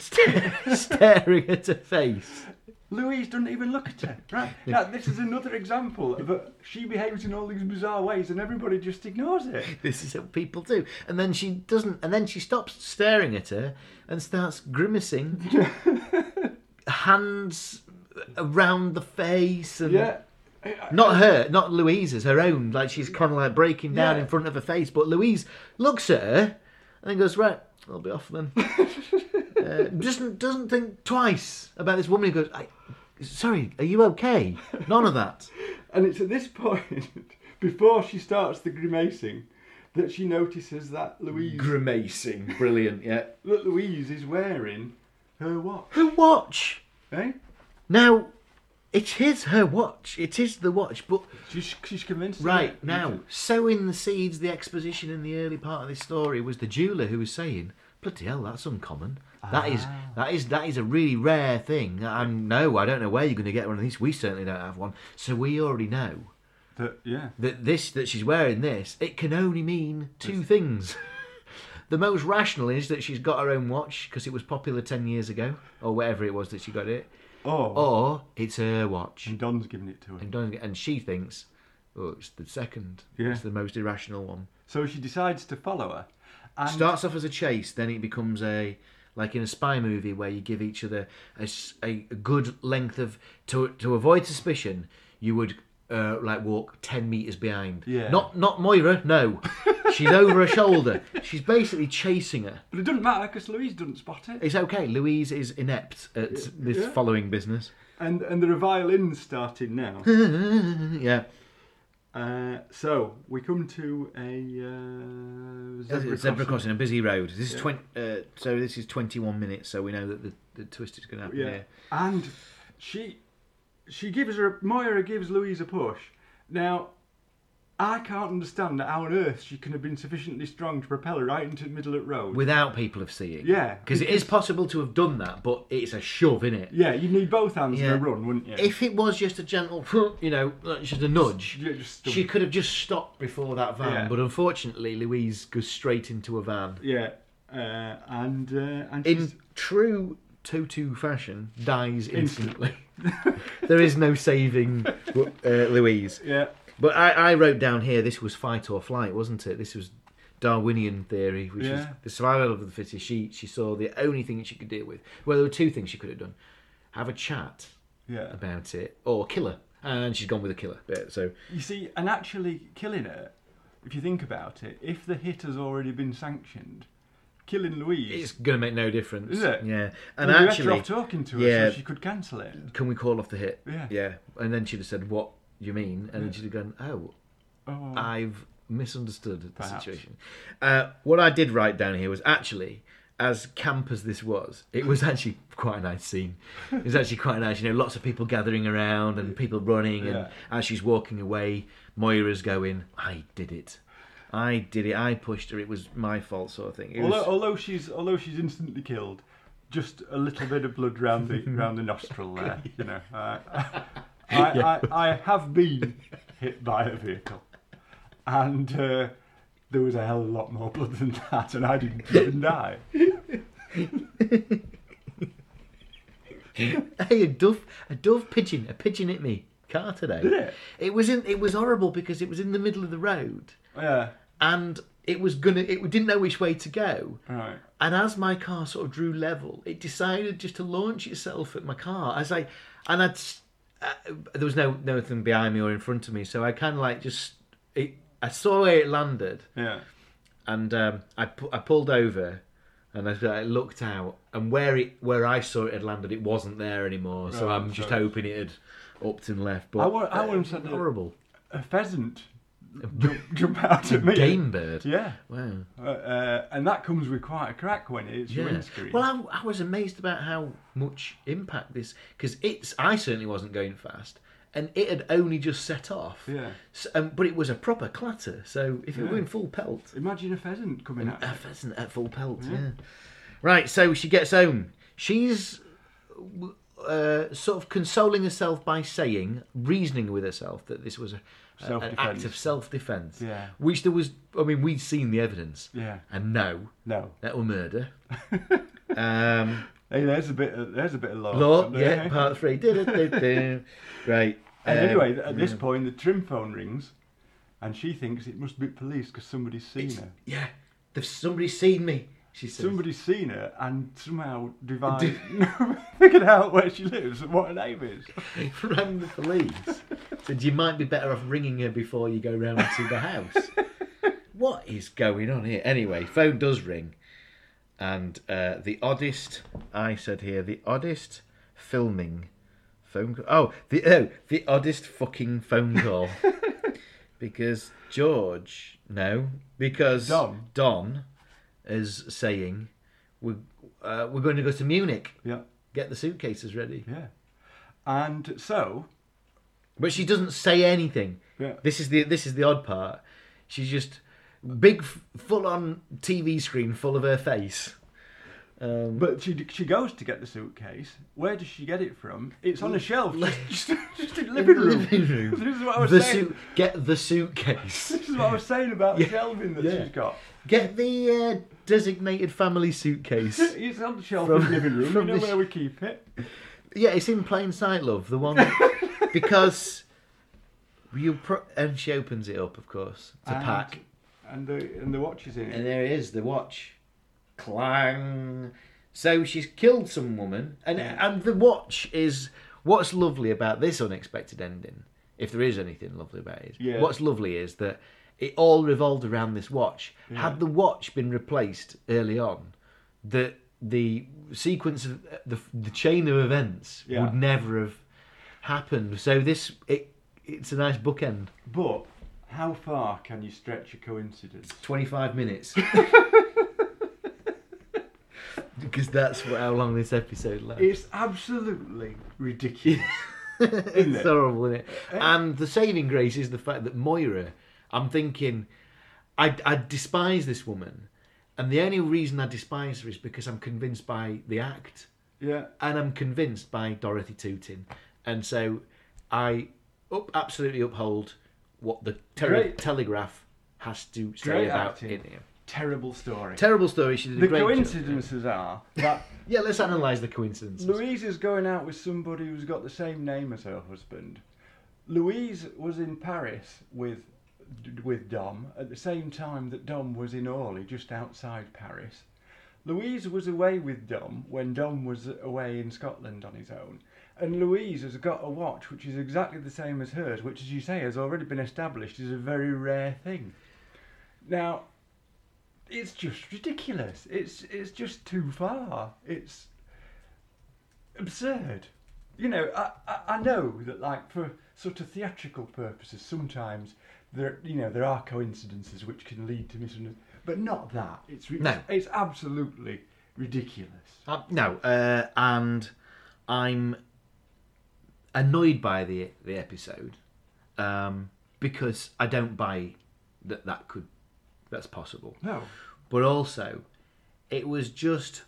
A: staring at her face.
B: Louise doesn't even look at her. Right. Now, this is another example of a, she behaves in all these bizarre ways and everybody just ignores it.
A: This is what people do. And then she doesn't. And then she stops staring at her and starts grimacing. hands around the face and
B: Yeah. I- I-
A: not her, not Louise's, her own. Like she's kind of like breaking down
B: Yeah.
A: in front of her face. But Louise looks at her and then goes, "Right, I'll be off then." uh, doesn't doesn't think twice about this woman who goes, I, "Sorry, are you okay?" None of that.
B: And it's at this point, before she starts the grimacing, that she notices that Louise
A: Grimacing, brilliant. Yeah.
B: that Louise is wearing her watch.
A: Her watch.
B: Eh?
A: Now, it is her watch. It is the watch, but.
B: She's, she's convinced.
A: Right now, sowing the seeds, the exposition in the early part of this story was the jeweler who was saying, "Bloody hell, that's uncommon. That is that is that is a really rare thing. I no, I don't know where you're going to get one of these. We certainly don't have one. So we already know
B: That, yeah.
A: that this that she's wearing this. It can only mean two things." The most rational is that she's got her own watch because it was popular 10 years ago, or whatever it was that she got it,
B: Oh.
A: or it's her watch.
B: And Don's giving it to her.
A: And, don't, and she thinks, oh, it's the second.
B: Yeah.
A: It's the most irrational one.
B: So she decides to follow her. And
A: starts off as a chase, then it becomes a like in a spy movie where you give each other a, s- a good length of to to avoid suspicion. You would uh, like walk ten meters behind.
B: Yeah.
A: Not not Moira. No, she's over her shoulder. She's basically chasing her.
B: But it doesn't matter because Louise doesn't spot it.
A: It's okay. Louise is inept at this
B: Yeah.
A: following business.
B: And, and there are violins starting now.
A: yeah.
B: Uh, so we come to a uh, zebra,
A: Zebra, zebra
B: crossing.
A: crossing, a busy road. This is twenty. Uh, so this is twenty-one minutes. So we know that the, the twist is going to happen
B: Yeah.
A: here.
B: and she she gives her Moira gives Louise a push. Now I can't understand how on earth she can have been sufficiently strong to propel her right into the middle of the road.
A: without people have seeing.
B: Yeah.
A: because it is possible to have done that, but it's a shove in it.
B: yeah, you'd need both hands
A: Yeah.
B: in a run, wouldn't you?
A: If it was just a gentle, you know, like just a nudge,
B: Yeah, just stump.
A: she could have just stopped before that van.
B: Yeah.
A: But unfortunately, Louise goes straight into a van.
B: yeah, uh, and uh, and she's-
A: In true Toto fashion, dies instantly. there is no saving uh, Louise.
B: yeah
A: But I, I wrote down here this was fight or flight, wasn't it? This was Darwinian theory, which is
B: Yeah.
A: the survival of the fittest. She she saw the only thing that she could deal with. Well, there were two things she could have done: have a chat
B: yeah.
A: about it, or kill her. And she's gone with a killer. Yeah, So
B: You see, and actually killing her, if you think about it, if the hit has already been sanctioned, killing
A: it's
B: Louise,
A: going to make no difference.
B: Is it?
A: Yeah. And
B: and you're better
A: actually,
B: off talking to her
A: yeah.
B: so she could cancel it.
A: can we call off the hit?
B: Yeah.
A: Yeah. And then she'd have said, "What you mean?" And then she'd have gone, "Oh,
B: Oh,
A: I've misunderstood the
B: Perhaps.
A: situation. Uh, what I did write down here was actually, as camp as this was, it was actually quite a nice scene. It was actually quite nice. You know, lots of people gathering around and people running. And
B: Yeah.
A: as she's walking away, Moira's going, "I did it." I did it. I pushed her. It was my fault, sort of thing. It was-
B: although, although she's although she's instantly killed, just a little bit of blood round the round the nostril there. You know, I, I, I, I have been hit by a vehicle, and uh, there was a hell of a lot more blood than that, and I didn't even die.
A: hey, a dove, a dove pigeon, a pigeon hit me car today.
B: it?
A: It was in. It was horrible because it was in the middle of the road,
B: Yeah,
A: and it was gonna. It didn't know which way to go.
B: right.
A: And as my car sort of drew level, it decided just to launch itself at my car. As I, and I'd, s- uh, there was no nothing behind me or in front of me, so I kind of like just, it, I saw where it landed,
B: Yeah.
A: and um, I pu- I pulled over, and I, I looked out, and where it where I saw it had landed, it wasn't there anymore. so
B: Right,
A: I'm just
B: so-
A: hoping it had upped and left. But
B: I wa- I
A: uh,
B: wouldn't have said that.
A: horrible
B: a pheasant jump, jump out at me.
A: game bird.
B: Yeah.
A: Wow.
B: Uh, uh, and that comes with quite a crack when it's
A: Yeah.
B: windscreen.
A: Well, I, I was amazed about how much impact this because it's. I certainly wasn't going fast, and it had only just set off.
B: Yeah.
A: So, um, but it was a proper clatter. So if it were in full pelt,
B: Imagine a pheasant coming out.
A: a pheasant at full pelt. Yeah. Right. So she gets home. She's uh, sort of consoling herself by saying, reasoning with herself that this was a, a- an act
B: Self-defense.
A: of self-defense.
B: Yeah.
A: Which there was. I mean, we'd seen the evidence.
B: Yeah.
A: And no,
B: No.
A: that were murder. um.
B: Hey, there's a bit. Of, there's a bit of law.
A: Law,
B: isn't there?
A: yeah, part three. Du-du-du-du. right.
B: And
A: um,
B: anyway, th- at this point, the trim phone rings, and she thinks it must be police because somebody's seen her.
A: yeah, there's somebody seen me. She says.
B: Somebody's seen her and somehow devised, figured out where she lives and what her name is.
A: rang the police. Said you might be better off ringing her before you go round to the house. what is going on here? Anyway, phone does ring, and uh, the oddest I said here the oddest filming phone. Call. Oh, the oh the oddest fucking phone call because George no because
B: Don.
A: Don is saying we uh, we're going to go to Munich.
B: Yeah,
A: Get the suitcases ready.
B: yeah. And so,
A: But she doesn't say anything.
B: Yeah.
A: This is the this is the odd part. She's just big, f- full on TV screen full of her face. Um,
B: But she she goes to get the suitcase. Where does she get it from? It's on a shelf, just, just, just in the living room. This is what I was
A: the
B: saying.
A: suit. Get the suitcase.
B: This is what I was saying about
A: Yeah.
B: the shelving that
A: Yeah.
B: she's got.
A: Get the uh, designated family suitcase.
B: It's on the shelf
A: From-
B: in the living room. You
A: from
B: know
A: the sh-
B: where we keep it.
A: Yeah, it's in plain sight, love. The one because you pro- and she opens it up, of course, to
B: And-
A: pack,
B: And the and the watch is in
A: and
B: it.
A: there it is, the watch. Clang. So she's killed some woman, and and the watch is what's lovely about this unexpected ending. If there is anything lovely about it,
B: Yeah.
A: what's lovely is that it all revolved around this watch. Had the watch been replaced early on, the the sequence of uh, the the chain of events
B: Yeah.
A: would never have happened. So this it it's a nice bookend.
B: But how far can you stretch a coincidence?
A: Twenty five minutes. Because that's what, how long this episode lasts.
B: It's absolutely ridiculous. isn't
A: it's
B: it? Eh?
A: horrible, isn't it? And the saving grace is the fact that Moira, I'm thinking, I, I despise this woman. And the only reason I despise her is because I'm convinced by the act.
B: yeah.
A: And I'm convinced by Dorothy Tootin. And so I up, absolutely uphold what the Terra
B: Great.
A: Telegraph has to say
B: Great
A: about
B: acting.
A: it.
B: terrible story.
A: Terrible story. She did a
B: the
A: great job.
B: coincidences are that
A: Yeah, let's analyse the coincidences.
B: Louise is going out with somebody who's got the same name as her husband. Louise was in Paris with with Dom at the same time that Dom was in Orly, just outside Paris. Louise was away with Dom when Dom was away in Scotland on his own. And Louise has got a watch which is exactly the same as hers, which, as you say, has already been established is a very rare thing. Now, it's just ridiculous. It's it's just too far. It's absurd. You know, I, I, I know that like for sort of theatrical purposes, sometimes there you know there are coincidences which can lead to misunderstandings, but not that. It's ri-
A: No.
B: it's absolutely ridiculous.
A: Uh, no, uh, and I'm annoyed by the the episode um, because I don't buy that that could that's possible.
B: No,
A: But also, it was just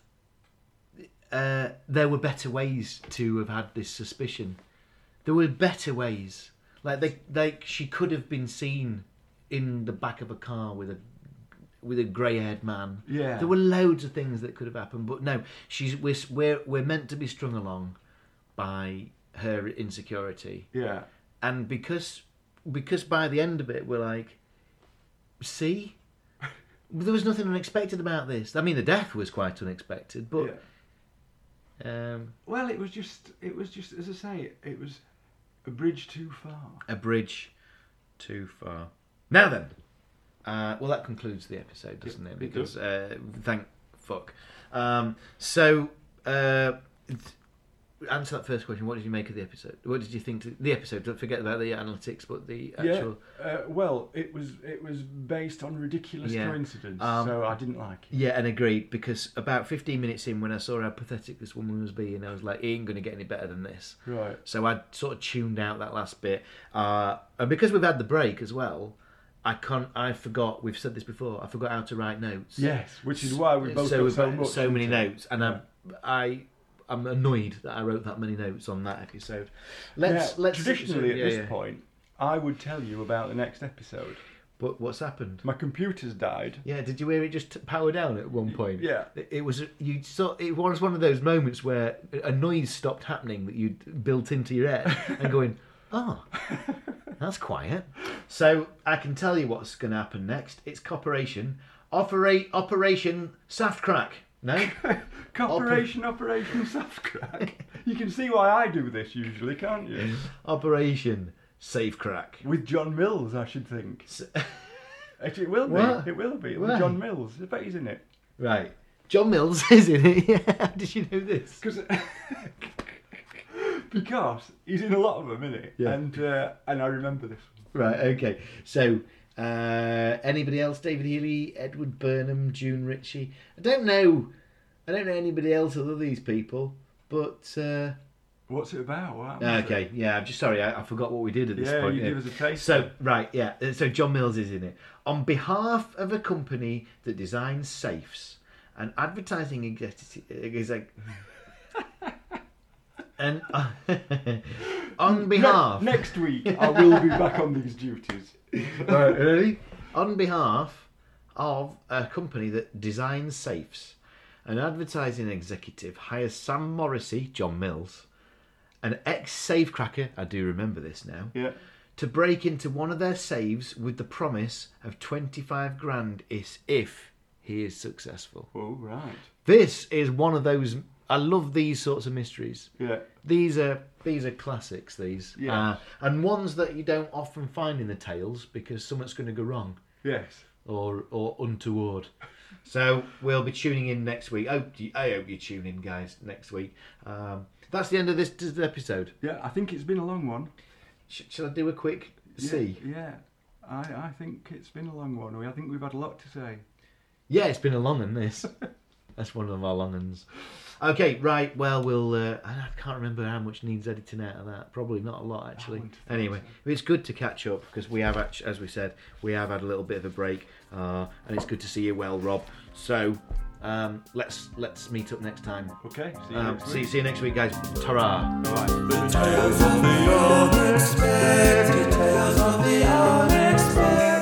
A: uh, there were better ways to have had this suspicion. There were better ways. Like they, like she could have been seen in the back of a car with a with a grey-haired man.
B: Yeah.
A: There were loads of things that could have happened, but no, she's we're we're, we're meant to be strung along by her insecurity
B: yeah,
A: and because because by the end of it we're like see there was nothing unexpected about this i mean the death was quite unexpected
B: yeah.
A: but um,
B: Well, it was just it was just as I say, it was a bridge too far.
A: a bridge too far now then uh, well that concludes the episode doesn't it
B: it
A: because uh, thank fuck um, so uh, th- answer that first question what did you make of the episode what did you think to the episode don't forget about the analytics but the actual
B: Yeah. Uh, well, it was it was based on ridiculous
A: Yeah.
B: coincidence,
A: Um,
B: so I didn't like it.
A: Yeah, and agreed because about 15 minutes in, when I saw how pathetic this woman was being, I was like, it ain't going to get any better than this.
B: Right.
A: So I sort of tuned out that last bit, uh, and because we've had the break as well, I can't. I forgot. We've said this before. I forgot how to write notes.
B: Yes, which is why we both
A: so
B: got
A: we've
B: so
A: got
B: much,
A: so many
B: didn't we?
A: notes, and I, I, I'm annoyed that I wrote that many notes on that episode. Let's
B: Now,
A: let's
B: traditionally at
A: yeah,
B: this
A: yeah.
B: point, I would tell you about the next episode.
A: But what's happened?
B: My computer's died.
A: Yeah, did you hear it just power down at one point?
B: yeah.
A: it, it was you saw it was one of those moments where a noise stopped happening that you'd built into your head and going, oh, that's quiet. So I can tell you what's going to happen next. It's cooperation, Opera- Operation Saft Crack. No,
B: Corporation Operation Softcrack. you can see why I do this usually, can't you?
A: Operation Safe Crack.
B: With John Mills, I should think.
A: S-
B: Actually, it will be.
A: What?
B: It will be.
A: Why?
B: With John Mills, I bet he's in it.
A: right, John Mills is in it. Yeah, did you know this?
B: Because because he's in a lot of them, isn't he?
A: Yeah.
B: And uh, and I remember this. one.
A: Right, okay. So, uh, anybody else? David Healy, Edward Burnham, June Ritchie. I don't know. I don't know anybody else other than these people. But uh,
B: What's it about? What happens
A: okay, yeah. I'm just sorry. I, I forgot what we did at this
B: Yeah,
A: point.
B: you give us a taste.
A: So right, yeah. uh, So John Mills is in it on behalf of a company that designs safes and advertising executive. Is like, and uh, on
B: Ne-
A: behalf.
B: next week, I will be back on these duties.
A: Right, ready? On behalf of a company that designs safes, an advertising executive hires Sam Morrissey, John Mills, an ex safecracker, I do remember this now,
B: Yeah.
A: to break into one of their safes with the promise of 25 grand is if he is successful.
B: Oh right.
A: This is one of those. I love these sorts of mysteries.
B: Yeah.
A: These are these are classics. These
B: Yeah.
A: uh, and ones that you don't often find in the tales because something's going to go wrong
B: Yes.
A: or or untoward. So we'll be tuning in next week. Hope you, I hope you tune in, guys, next week. Um, that's the end of this, this episode.
B: Yeah. I think it's been a long one.
A: Sh- shall I do a quick
B: Yeah,
A: C?
B: Yeah. I, I think it's been a long one. We- I think we've had a lot to say.
A: Yeah, it's been a long one, this. That's one of our long ones. Okay, right. Well, we'll. Uh, I can't remember how much needs editing out of that. Probably not a lot, actually.
B: wouldn't think
A: Anyway, it's good to catch up because we have, act- as we said, we have had a little bit of a break, uh, and it's good to see you well, Rob. So um, let's let's meet up next time.
B: Okay. See you
A: Um,
B: next
A: see,
B: week.
A: see you next week, guys. Ta-ra.
B: Bye.
C: The tales of the unexpected, tales of the unexpected.